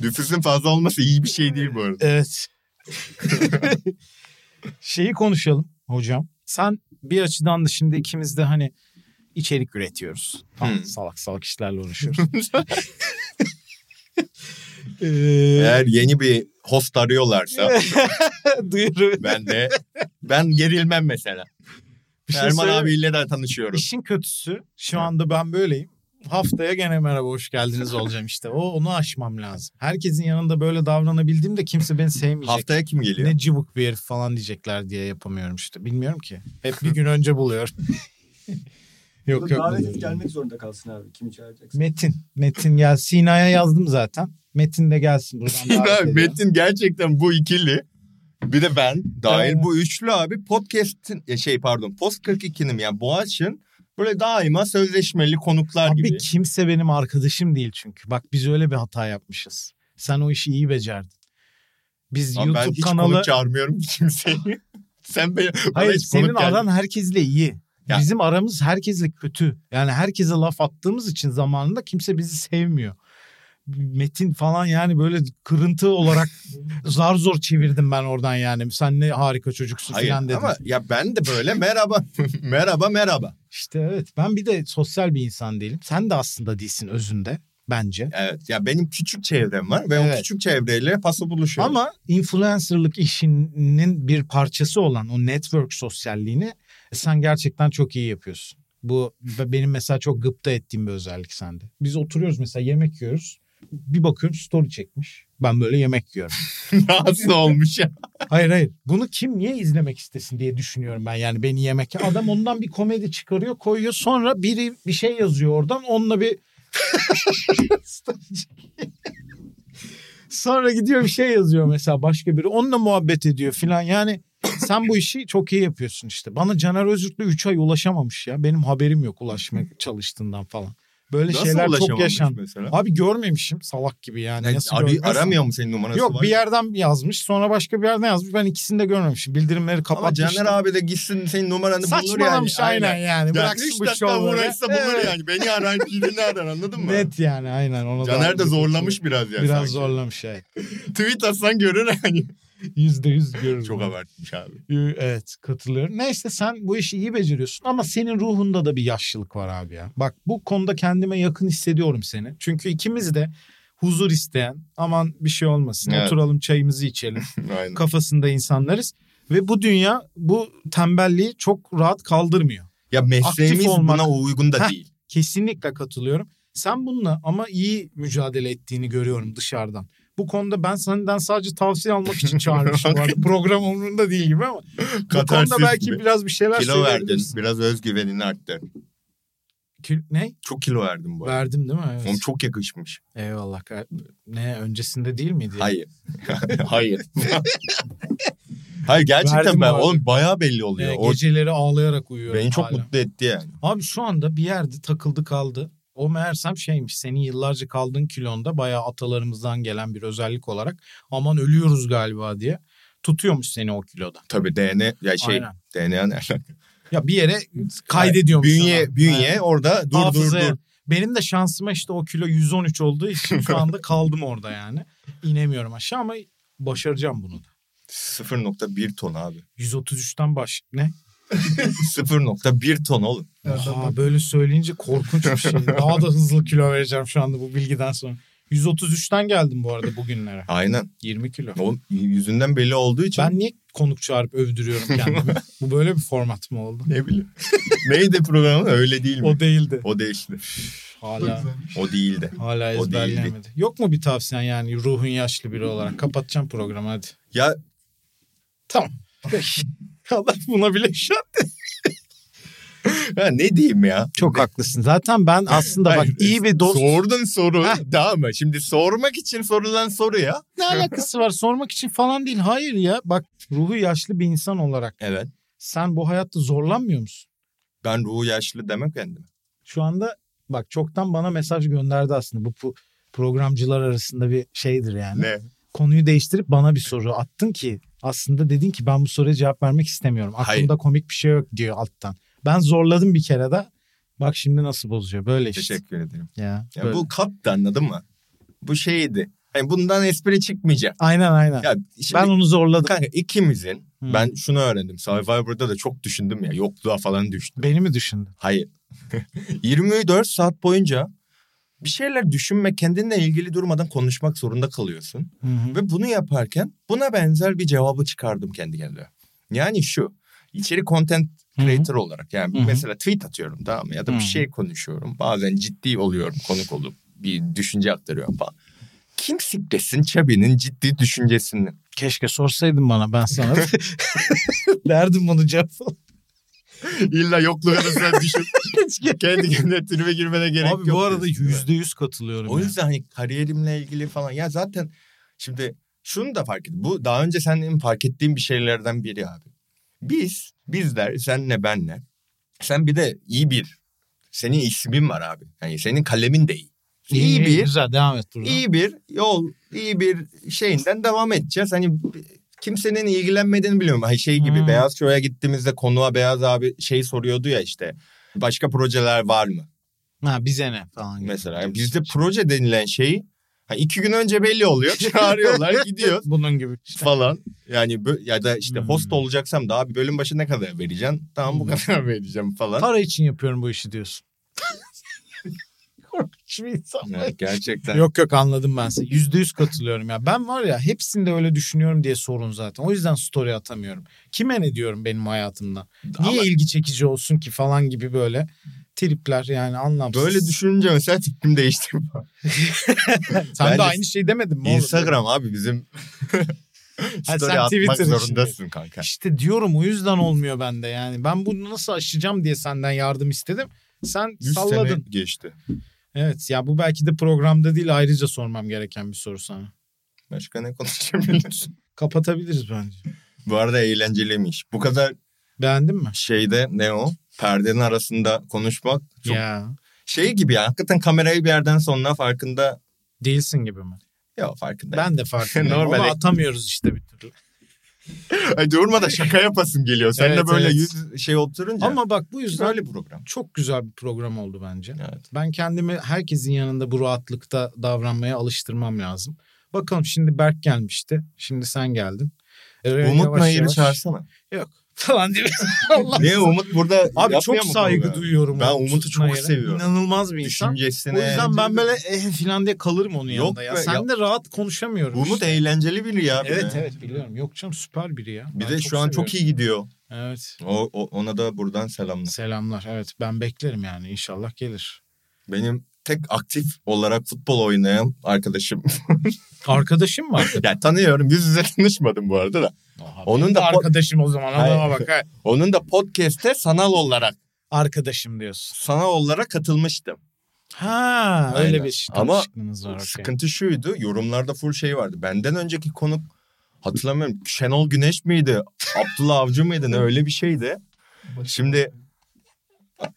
Speaker 2: Nüfusun fazla olması iyi bir şey değil bu arada.
Speaker 3: Evet. Şeyi konuşalım hocam. Sen bir açıdan da şimdi ikimiz de hani içerik üretiyoruz. Tamam,
Speaker 2: Hmm.
Speaker 3: Salak salak işlerle uğraşıyoruz. Ee,
Speaker 2: Eğer yeni bir host arıyorlarsa
Speaker 3: Duyuru.
Speaker 2: ben de ben gerilmem mesela.
Speaker 3: Bir şey
Speaker 2: Erman
Speaker 3: söyleyeyim mi?
Speaker 2: abiyle de tanışıyorum.
Speaker 3: İşin kötüsü şu anda ben böyleyim. Haftaya gene merhaba hoş geldiniz olacağım işte. O onu aşmam lazım. Herkesin yanında böyle davranabildiğimde kimse beni sevmeyecek.
Speaker 2: Haftaya kim geliyor?
Speaker 3: Ne cıvık bir herif falan diyecekler diye yapamıyorum işte. Bilmiyorum ki. Hep bir gün önce buluyor. yok yok.
Speaker 4: Davet et
Speaker 3: buluyorum.
Speaker 4: gelmek zorunda kalsın abi. Kimi çağıracaksın?
Speaker 3: Metin. Metin gel. Sina'ya yazdım zaten. Metin de gelsin. Buradan davet
Speaker 2: abi,
Speaker 3: ediyorum.
Speaker 2: Metin gerçekten bu ikili. Bir de ben dahil
Speaker 3: Evet.
Speaker 2: bu üçlü abi podcast'in ya şey pardon Post 42'nin yani Boğaç'ın böyle daima sözleşmeli konuklar
Speaker 3: Abi
Speaker 2: gibi.
Speaker 3: kimse benim arkadaşım değil çünkü. Bak biz öyle bir hata yapmışız. Sen o işi iyi becerdin. Biz
Speaker 2: Abi ben
Speaker 3: YouTube
Speaker 2: hiç
Speaker 3: kanalı
Speaker 2: konuk çağırmıyorum ki kimseyi. Sen beni, bana
Speaker 3: Hayır
Speaker 2: hiç
Speaker 3: senin
Speaker 2: konuk geldi.
Speaker 3: aran herkesle iyi.
Speaker 2: Ya.
Speaker 3: Bizim aramız herkesle kötü. Yani herkese laf attığımız için zamanında kimse bizi sevmiyor. Metin falan yani böyle kırıntı olarak zar zor çevirdim ben oradan yani. Sen ne harika çocuksun
Speaker 2: Hayır
Speaker 3: falan dedim.
Speaker 2: ama ya ben de böyle merhaba merhaba merhaba.
Speaker 3: İşte evet ben bir de sosyal bir insan değilim. Sen de aslında değilsin özünde bence.
Speaker 2: Evet ya benim küçük çevrem var ve
Speaker 3: Evet.
Speaker 2: o küçük çevreyle pası buluşuyorum.
Speaker 3: Ama influencerlık işinin bir parçası olan o network sosyalliğini e, sen gerçekten çok iyi yapıyorsun. Bu be- benim mesela çok gıpta ettiğim bir özellik sende. Biz oturuyoruz mesela yemek yiyoruz. Bir bakıyorum story çekmiş. Ben böyle yemek yiyorum.
Speaker 2: nasıl olmuş ya?
Speaker 3: hayır hayır. Bunu kim niye izlemek istesin diye düşünüyorum ben. Yani beni yemek. Adam ondan bir komedi çıkarıyor koyuyor. Sonra biri bir şey yazıyor oradan. Onunla bir Sonra gidiyor bir şey yazıyor mesela başka biri. Onunla muhabbet ediyor filan. Yani sen bu işi çok iyi yapıyorsun işte. Bana Caner Özürtlü 3 ay ulaşamamış ya. Benim haberim yok ulaşmaya çalıştığından falan. Böyle
Speaker 2: Nasıl
Speaker 3: şeyler çok
Speaker 2: ulaşamamış
Speaker 3: yaşandı.
Speaker 2: mesela?
Speaker 3: Abi görmemişim salak gibi yani.
Speaker 2: Yani
Speaker 3: Nasıl
Speaker 2: abi
Speaker 3: görmezsin?
Speaker 2: aramıyor mu senin numarası?
Speaker 3: Yok
Speaker 2: var?
Speaker 3: bir yerden yazmış sonra başka bir yerden yazmış. Ben ikisini de görmemişim. Bildirimleri
Speaker 2: Ama
Speaker 3: kapatmış.
Speaker 2: Caner abi de gitsin senin numaranı bulur yani.
Speaker 3: Saçmalamış aynen, yani.
Speaker 2: Yani
Speaker 3: Bıraksın
Speaker 2: üç
Speaker 3: bu
Speaker 2: dakika
Speaker 3: şovları.
Speaker 2: uğraşsa bulur
Speaker 3: Evet.
Speaker 2: yani. Beni arar birini arar anladın mı?
Speaker 3: Net yani aynen. Ona
Speaker 2: Caner de zorlamış biraz yani.
Speaker 3: Biraz
Speaker 2: sanki.
Speaker 3: zorlamış şey.
Speaker 2: Tweet atsan görür yani.
Speaker 3: Yüzde yüz görürüm.
Speaker 2: Çok abartmış abi.
Speaker 3: Yü- Evet katılıyorum. Neyse sen bu işi iyi beceriyorsun ama senin ruhunda da bir yaşlılık var abi ya. Bak bu konuda kendime yakın hissediyorum seni. Çünkü ikimiz de huzur isteyen aman bir şey olmasın
Speaker 2: Evet.
Speaker 3: oturalım çayımızı içelim
Speaker 2: Aynen.
Speaker 3: kafasında insanlarız. Ve bu dünya bu tembelliği çok rahat kaldırmıyor.
Speaker 2: Ya mesleğimiz
Speaker 3: Aktif olmak-
Speaker 2: buna uygun da
Speaker 3: Heh.
Speaker 2: değil.
Speaker 3: Kesinlikle katılıyorum. Sen bununla ama iyi mücadele ettiğini görüyorum dışarıdan. Bu konuda ben senden sadece tavsiye almak için çağırmışım. bu arada. Program umurunda değil gibi ama bu
Speaker 2: Katarsis
Speaker 3: konuda belki
Speaker 2: gibi.
Speaker 3: biraz bir şeyler
Speaker 2: Kilo verdin.
Speaker 3: söyleyebilirsin.
Speaker 2: Biraz özgüvenin arttı.
Speaker 3: Kil- ne?
Speaker 2: Çok kilo verdin bu arada.
Speaker 3: Verdim değil mi? Evet.
Speaker 2: Oğlum çok yakışmış.
Speaker 3: Eyvallah. Ne öncesinde değil miydi? ya?
Speaker 2: Hayır. Hayır. Hayır gerçekten
Speaker 3: Verdim
Speaker 2: ben.
Speaker 3: abi.
Speaker 2: Oğlum bayağı belli oluyor.
Speaker 3: Ee,
Speaker 2: o
Speaker 3: geceleri ağlayarak uyuyorum
Speaker 2: beni çok
Speaker 3: hala.
Speaker 2: mutlu etti yani.
Speaker 3: Abi şu anda bir yerde takıldı kaldı. O meğersem şeymiş senin yıllarca kaldığın kilonda bayağı atalarımızdan gelen bir özellik olarak aman ölüyoruz galiba diye tutuyormuş seni o kiloda.
Speaker 2: Tabii DNA ya şey
Speaker 3: Aynen.
Speaker 2: DNA nereden?
Speaker 3: Ya bir yere kaydediyormuş.
Speaker 2: Bünye
Speaker 3: sana.
Speaker 2: bünye
Speaker 3: Aynen.
Speaker 2: orada dur dur
Speaker 3: Hafızaya.
Speaker 2: dur.
Speaker 3: Benim de şansıma işte o kilo 113 olduğu için şu anda kaldım orada yani. İnemiyorum aşağı ama başaracağım bunu da.
Speaker 2: 0.1 ton abi.
Speaker 3: 133'ten baş... Ne?
Speaker 2: 0.1 ton oğlum.
Speaker 3: Aa, böyle söyleyince korkunç bir şey. Daha da hızlı kilo vereceğim şu anda bu bilgiden sonra. 133'ten geldim bu arada bugünlere.
Speaker 2: Aynen.
Speaker 3: 20 kilo.
Speaker 2: Oğlum yüzünden belli olduğu için.
Speaker 3: Ben niye konuk çağırıp övdürüyorum kendimi? bu böyle bir format mı oldu?
Speaker 2: ne bileyim. Neydi programın öyle değil mi? O,
Speaker 3: O değildi.
Speaker 2: değişti.
Speaker 3: Hala
Speaker 2: O değildi.
Speaker 3: hala
Speaker 2: O değildi.
Speaker 3: ezberleyemedi. Yok mu bir tavsiyen yani ruhun yaşlı biri olarak? Kapatacağım programı hadi.
Speaker 2: Ya
Speaker 3: Tamam. Peki. Allah buna bile şu an-
Speaker 2: ha, ne diyeyim ya?
Speaker 3: Çok haklısın. Zaten ben aslında bak
Speaker 2: Hayır,
Speaker 3: iyi bir dost.
Speaker 2: Sordun soru. Daha mı? Şimdi sormak için sorulan soru ya.
Speaker 3: Ne alakası var sormak için falan değil. Hayır ya bak ruhu yaşlı bir insan olarak
Speaker 2: Evet.
Speaker 3: sen bu hayatta zorlanmıyor musun?
Speaker 2: Ben ruhu yaşlı demem kendime.
Speaker 3: Şu anda bak çoktan bana mesaj gönderdi aslında. Bu pu- programcılar arasında bir şeydir yani.
Speaker 2: Ne?
Speaker 3: Konuyu değiştirip bana bir soru attın ki aslında dedin ki ben bu soruya cevap vermek istemiyorum. Aklımda
Speaker 2: Hayır.
Speaker 3: komik bir şey yok diyor alttan. Ben zorladım bir kere de. Bak şimdi nasıl bozuyor böyle işte.
Speaker 2: Teşekkür ederim.
Speaker 3: Ya,
Speaker 2: Ya
Speaker 3: böyle.
Speaker 2: bu kattı anladın mı? Bu şeydi. Yani bundan espri çıkmayacak.
Speaker 3: Aynen aynen.
Speaker 2: Ya şimdi
Speaker 3: ben Hmm. onu zorladım.
Speaker 2: Kanka ikimizin
Speaker 3: Hı.
Speaker 2: ben şunu öğrendim. Survivor'da da çok düşündüm ya. Yokluğa falan düştüm.
Speaker 3: Beni mi düşündün?
Speaker 2: Hayır. 24 saat boyunca bir şeyler düşünme, kendinle ilgili durmadan konuşmak zorunda kalıyorsun. Ve bunu yaparken buna benzer bir cevabı çıkardım kendi kendime. Yani şu, içeri content
Speaker 3: Hı hı.
Speaker 2: creator olarak. Yani
Speaker 3: Hı hı.
Speaker 2: mesela tweet atıyorum tamam mı? Ya da
Speaker 3: Hı
Speaker 2: bir
Speaker 3: hı.
Speaker 2: şey konuşuyorum. Bazen ciddi oluyorum konuk olup bir düşünce aktarıyorum falan. Kim siklesin Çabi'nin ciddi düşüncesini?
Speaker 3: Keşke sorsaydın bana ben sana. Derdim bunu cevap.
Speaker 2: İlla yokluk arasına düşüp kendi kendine tribe girmene gerek
Speaker 3: Abi
Speaker 2: yok.
Speaker 3: bu arada
Speaker 2: diyorsun, değil mi?
Speaker 3: yüzde yüz katılıyorum.
Speaker 2: O
Speaker 3: ya.
Speaker 2: yüzden hani kariyerimle ilgili falan ya zaten şimdi şunu da fark ettim. Bu daha önce senin fark ettiğin bir şeylerden biri abi. Biz, bizler, senle benle. Sen bir de iyi bir. Senin ismin var abi. Yani senin kalemin de iyi. İyi, bir,
Speaker 3: Güzel devam et buradan.
Speaker 2: iyi bir yol, iyi bir şeyinden devam edeceğiz. Hani kimsenin ilgilenmediğini biliyorum. Hani şey gibi
Speaker 3: Hmm.
Speaker 2: Beyaz Show'a gittiğimizde konuğa Beyaz abi şey soruyordu ya işte. Başka projeler var mı?
Speaker 3: Ha bize ne falan. gibi.
Speaker 2: mesela. Yani bizde proje denilen şey hani iki gün önce belli oluyor. Çağırıyorlar gidiyor
Speaker 3: Bunun gibi. işte.
Speaker 2: falan. Yani bö- ya da işte
Speaker 3: Hmm.
Speaker 2: host olacaksam da abi bölüm başı ne kadar vereceksin? Tamam bu
Speaker 3: Hmm.
Speaker 2: kadar vereceğim falan.
Speaker 3: Para için yapıyorum bu işi diyorsun. Korkunç bir insan.
Speaker 2: Evet, gerçekten.
Speaker 3: Yok yok anladım ben seni. Yüzde yüz katılıyorum ya. Ben var ya hepsinde öyle düşünüyorum diye sorun zaten. O yüzden story atamıyorum. Kime ne diyorum benim hayatımdan? Niye
Speaker 2: Ama
Speaker 3: ilgi çekici olsun ki falan gibi böyle tripler yani anlamsız.
Speaker 2: böyle düşününce mesela fikrim değişti.
Speaker 3: Sen
Speaker 2: Bence
Speaker 3: de aynı şey demedin mi oğlum?
Speaker 2: Instagram abi bizim
Speaker 3: Ha,
Speaker 2: story
Speaker 3: sen
Speaker 2: atmak
Speaker 3: Twitter için
Speaker 2: zorundasın kanka.
Speaker 3: İşte diyorum o yüzden olmuyor bende yani. Ben bunu nasıl aşacağım diye senden yardım istedim. Sen
Speaker 2: 100
Speaker 3: salladın.
Speaker 2: sene geçti.
Speaker 3: Evet ya bu belki de programda değil ayrıca sormam gereken bir soru sana.
Speaker 2: Başka ne konuşabiliriz?
Speaker 3: Kapatabiliriz bence.
Speaker 2: bu arada eğlenceliymiş. Bu kadar
Speaker 3: Beğendin mi?
Speaker 2: şeyde ne o? Perdenin arasında konuşmak çok
Speaker 3: Ya.
Speaker 2: şey gibi ya hakikaten kamerayı bir yerden sonra farkında
Speaker 3: Değilsin gibi mi?
Speaker 2: ya farkında.
Speaker 3: Ben de farkındayım.
Speaker 2: Normal.
Speaker 3: Normal. atamıyoruz işte bir türlü.
Speaker 2: Ay, durma da şaka yapasım geliyor. Sen
Speaker 3: Evet,
Speaker 2: de böyle
Speaker 3: evet.
Speaker 2: yüz şey oturunca. Ama
Speaker 3: Ama bak bu yüzden
Speaker 2: böyle program.
Speaker 3: çok güzel bir program oldu bence.
Speaker 2: Evet.
Speaker 3: Ben kendimi herkesin yanında bu rahatlıkta davranmaya alıştırmam lazım. Bakalım şimdi Berk gelmişti. Şimdi sen geldin. Ee,
Speaker 2: Umut
Speaker 3: yavaş
Speaker 2: Nayır'ı
Speaker 3: yavaş-
Speaker 2: çağırsana.
Speaker 3: Yok falan diye. Allah.
Speaker 2: Niye Umut burada
Speaker 3: Abi
Speaker 2: yapmıyor
Speaker 3: çok
Speaker 2: mu
Speaker 3: saygı
Speaker 2: programı?
Speaker 3: duyuyorum.
Speaker 2: Ben
Speaker 3: Umut
Speaker 2: Umut'u çok
Speaker 3: Nayır'a.
Speaker 2: seviyorum.
Speaker 3: İnanılmaz bir insan.
Speaker 2: Düşüncesine.
Speaker 3: O yüzden ben böyle eh filan diye kalırım onun
Speaker 2: Yok
Speaker 3: yanında ya.
Speaker 2: be,
Speaker 3: Sen
Speaker 2: ya-
Speaker 3: de rahat konuşamıyorum.
Speaker 2: Umut
Speaker 3: işte.
Speaker 2: eğlenceli biri ya. bir
Speaker 3: Evet
Speaker 2: de.
Speaker 3: evet biliyorum. Yok canım süper biri ya.
Speaker 2: Bir
Speaker 3: Ben
Speaker 2: de şu an çok iyi gidiyor.
Speaker 3: seviyorum. Evet.
Speaker 2: O, o- ona da buradan selamlar.
Speaker 3: Selamlar. Evet ben beklerim yani inşallah gelir.
Speaker 2: Benim tek aktif olarak futbol oynayan arkadaşım.
Speaker 3: Arkadaşım var.
Speaker 2: yani tanıyorum. Yüz yüze tanışmadım bu arada da. Onun da
Speaker 3: Onun da
Speaker 2: pod-
Speaker 3: arkadaşım o zaman
Speaker 2: Hayır.
Speaker 3: adama bak. ha.
Speaker 2: Onun da podcast'te sanal olarak
Speaker 3: Arkadaşım diyorsun.
Speaker 2: sanal olarak katılmıştım.
Speaker 3: Ha öyle
Speaker 2: Aynen.
Speaker 3: bir şey.
Speaker 2: Ama
Speaker 3: tanışıklığınız var. okey.
Speaker 2: Sıkıntı şuydu. Yorumlarda full şey vardı. Benden önceki konuk hatırlamıyorum. Şenol Güneş miydi? Abdullah Avcı mıydı? Ne öyle bir şeydi. Şimdi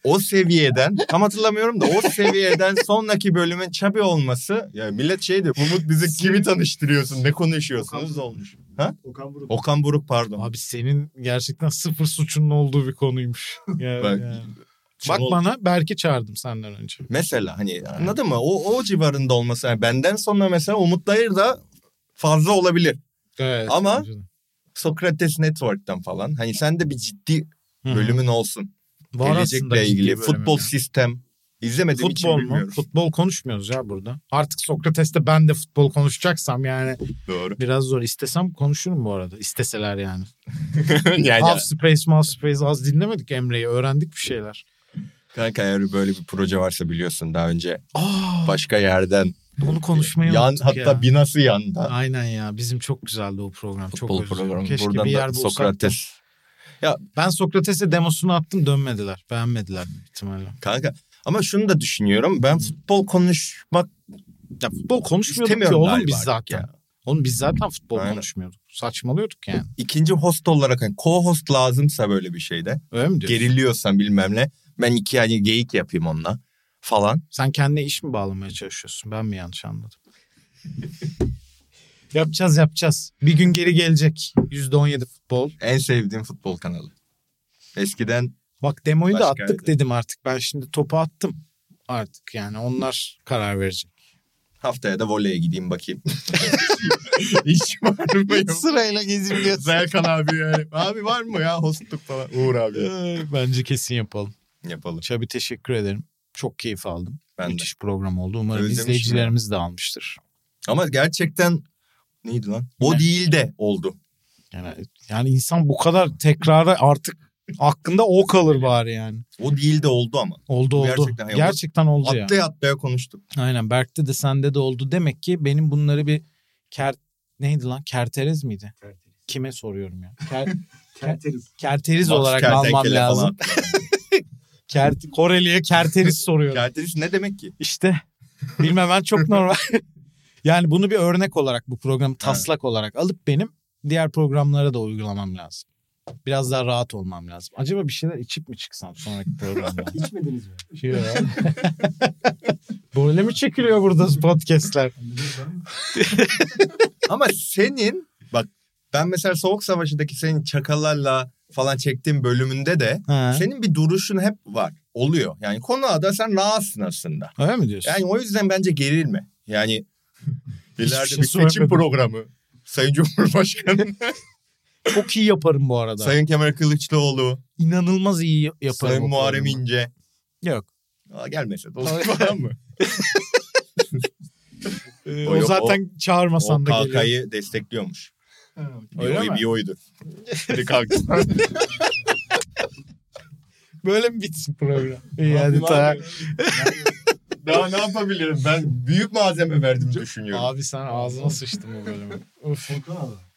Speaker 2: o seviyeden tam hatırlamıyorum da o seviyeden sonraki bölümün çabi olması ya millet şeydi. Umut bizi kimi tanıştırıyorsun? Ne konuşuyorsunuz olmuş.
Speaker 4: Okan Buruk.
Speaker 2: Okan Buruk pardon.
Speaker 3: Abi senin gerçekten sıfır suçunun olduğu bir konuymuş. Yani,
Speaker 2: Bak-
Speaker 3: yani.
Speaker 2: Bak
Speaker 3: Bak bana Berk'i çağırdım senden önce.
Speaker 2: mesela hani anladın mı? O o civarında olması yani benden sonra mesela Umut Dayır da fazla olabilir.
Speaker 3: Evet.
Speaker 2: Ama-
Speaker 3: bence de.
Speaker 2: Sokrates Network'tan falan. Hani sen de bir ciddi
Speaker 3: Hı hı.
Speaker 2: bölümün olsun.
Speaker 3: Var aslında
Speaker 2: gelecekle
Speaker 3: ciddi
Speaker 2: ilgili
Speaker 3: bölümü
Speaker 2: futbol
Speaker 3: ya.
Speaker 2: sistem izlemediğim
Speaker 3: Futbol
Speaker 2: için
Speaker 3: mu?
Speaker 2: bilmiyorum.
Speaker 3: Futbol konuşmuyoruz ya burada. Artık Sokrates'te ben de futbol konuşacaksam yani
Speaker 2: Doğru.
Speaker 3: biraz zor. İstesem konuşurum bu arada. İsteseler yani.
Speaker 2: yani
Speaker 3: Half Space, Half Space az dinlemedik Emre'yi. Öğrendik bir şeyler.
Speaker 2: kanka eğer böyle bir proje varsa biliyorsun daha önce
Speaker 3: Aa,
Speaker 2: başka yerden
Speaker 3: onu konuşmayı
Speaker 2: yan
Speaker 3: unuttuk
Speaker 2: hatta
Speaker 3: ya.
Speaker 2: binası yanda
Speaker 3: Aynen ya. Bizim çok güzeldi o program.
Speaker 2: futbol
Speaker 3: çok özledim.
Speaker 2: programı
Speaker 3: Keşke
Speaker 2: buradan
Speaker 3: bir
Speaker 2: da
Speaker 3: yer bulsak da-
Speaker 2: Sokrates.
Speaker 3: Ben Sokrates'e demosunu attım dönmediler. Beğenmediler büyük ihtimalle.
Speaker 2: Kanka ama şunu da düşünüyorum ben futbol konuşmak
Speaker 3: Ya futbol konuşmuyorduk ki
Speaker 2: istemiyorum
Speaker 3: oğlum
Speaker 2: galiba
Speaker 3: biz
Speaker 2: artık
Speaker 3: zaten.
Speaker 2: ya.
Speaker 3: Oğlum biz zaten futbol
Speaker 2: Aynen.
Speaker 3: konuşmuyorduk. Saçmalıyorduk yani.
Speaker 2: İkinci host olarak hani co-host lazımsa böyle bir şeyde
Speaker 3: Öyle mi diyorsun?
Speaker 2: geriliyorsan bilmem ne ben iki hani geyik yapayım onunla falan.
Speaker 3: Sen kendine iş mi bağlamaya çalışıyorsun? Ben mi yanlış anladım? yapacağız yapacağız. Bir gün geri gelecek. %17 futbol.
Speaker 2: En sevdiğim futbol kanalı. Eskiden
Speaker 3: Bak demoyu da
Speaker 2: Başka
Speaker 3: attık
Speaker 2: yerde.
Speaker 3: dedim artık. Ben şimdi topu attım artık yani. Onlar karar verecek.
Speaker 2: Haftaya da voleye gideyim bakayım. Hiç var mı?
Speaker 3: Sırayla geziliyoruz.
Speaker 2: Serkan abi yani. Abi var mı ya hostluk falan? Uğur abi.
Speaker 3: Bence kesin yapalım.
Speaker 2: Yapalım.
Speaker 3: Çabi teşekkür ederim. Çok keyif aldım.
Speaker 2: Ben de.
Speaker 3: Müthiş program oldu. Umarım
Speaker 2: Özlemişim
Speaker 3: izleyicilerimiz de almıştır.
Speaker 2: Ama gerçekten neydi lan? O
Speaker 3: Ne?
Speaker 2: değil de oldu.
Speaker 3: Yani, yani insan bu kadar tekrara artık Aklında o kalır bari yani.
Speaker 2: O değil de oldu ama.
Speaker 3: Oldu oldu.
Speaker 2: Gerçekten
Speaker 3: Gerçekten,
Speaker 2: ya.
Speaker 3: oldu ya.
Speaker 2: Atlaya atlaya konuştuk.
Speaker 3: Aynen Berk'te de sende de oldu. Demek ki benim bunları bir ker... Neydi lan? Kerteriz miydi?
Speaker 4: Tertemiz.
Speaker 3: Kime soruyorum ya? Ker...
Speaker 4: Tertemiz.
Speaker 3: Kerteriz
Speaker 2: Max
Speaker 3: olarak
Speaker 2: Kertenkele falan.
Speaker 3: almam lazım. Kert... Koreli'ye kerteriz soruyorum.
Speaker 2: Kerteriz ne demek ki?
Speaker 3: İşte bilmemen çok normal. yani bunu bir örnek olarak bu programı taslak olarak alıp benim diğer programlara da uygulamam lazım. Biraz daha rahat olmam lazım. Acaba bir şeyler içip mi çıksam sonraki programda?
Speaker 4: İçmediniz mi?
Speaker 3: Şey ya. Böyle mi çekiliyor burada podcastler?
Speaker 4: Anladınız mı?
Speaker 2: Ama senin bak ben mesela Soğuk Savaşı'ndaki senin çakalarla falan çektiğim bölümünde de
Speaker 3: Ha.
Speaker 2: senin bir duruşun hep var. Oluyor. Yani konuğa da sen rahatsın aslında.
Speaker 3: Öyle mi diyorsun?
Speaker 2: Yani o yüzden bence gerilme. Yani ileride
Speaker 3: şey
Speaker 2: bir seçim
Speaker 3: söylemedim.
Speaker 2: programı. Sayın Cumhurbaşkanı,
Speaker 3: Çok iyi yaparım bu arada.
Speaker 2: Sayın Kemal Kılıçdaroğlu,
Speaker 3: İnanılmaz iyi yaparım.
Speaker 2: Sayın
Speaker 3: bu
Speaker 2: Muharrem
Speaker 3: programı.
Speaker 2: İnce.
Speaker 3: Yok.
Speaker 2: Aa, gelmese de olur falan mı?
Speaker 3: Ee,
Speaker 2: O
Speaker 3: o
Speaker 2: yok,
Speaker 3: zaten
Speaker 2: O
Speaker 3: çağırmasan da geliyor.
Speaker 2: KK'yı destekliyormuş.
Speaker 4: Ha,
Speaker 2: Bir,
Speaker 3: Öyle
Speaker 2: oy,
Speaker 3: mi?
Speaker 2: bir oydu. Hadi kalk.
Speaker 3: Böyle mi bitsin program? İyi
Speaker 2: Abi,
Speaker 3: hadi
Speaker 2: abi.
Speaker 3: tamam.
Speaker 2: Daha ne yapabilirim? Ben büyük malzeme verdim düşünüyorum.
Speaker 3: Abi sen ağzına sıçtın bu bölümü. Uf.
Speaker 4: Korkan abi.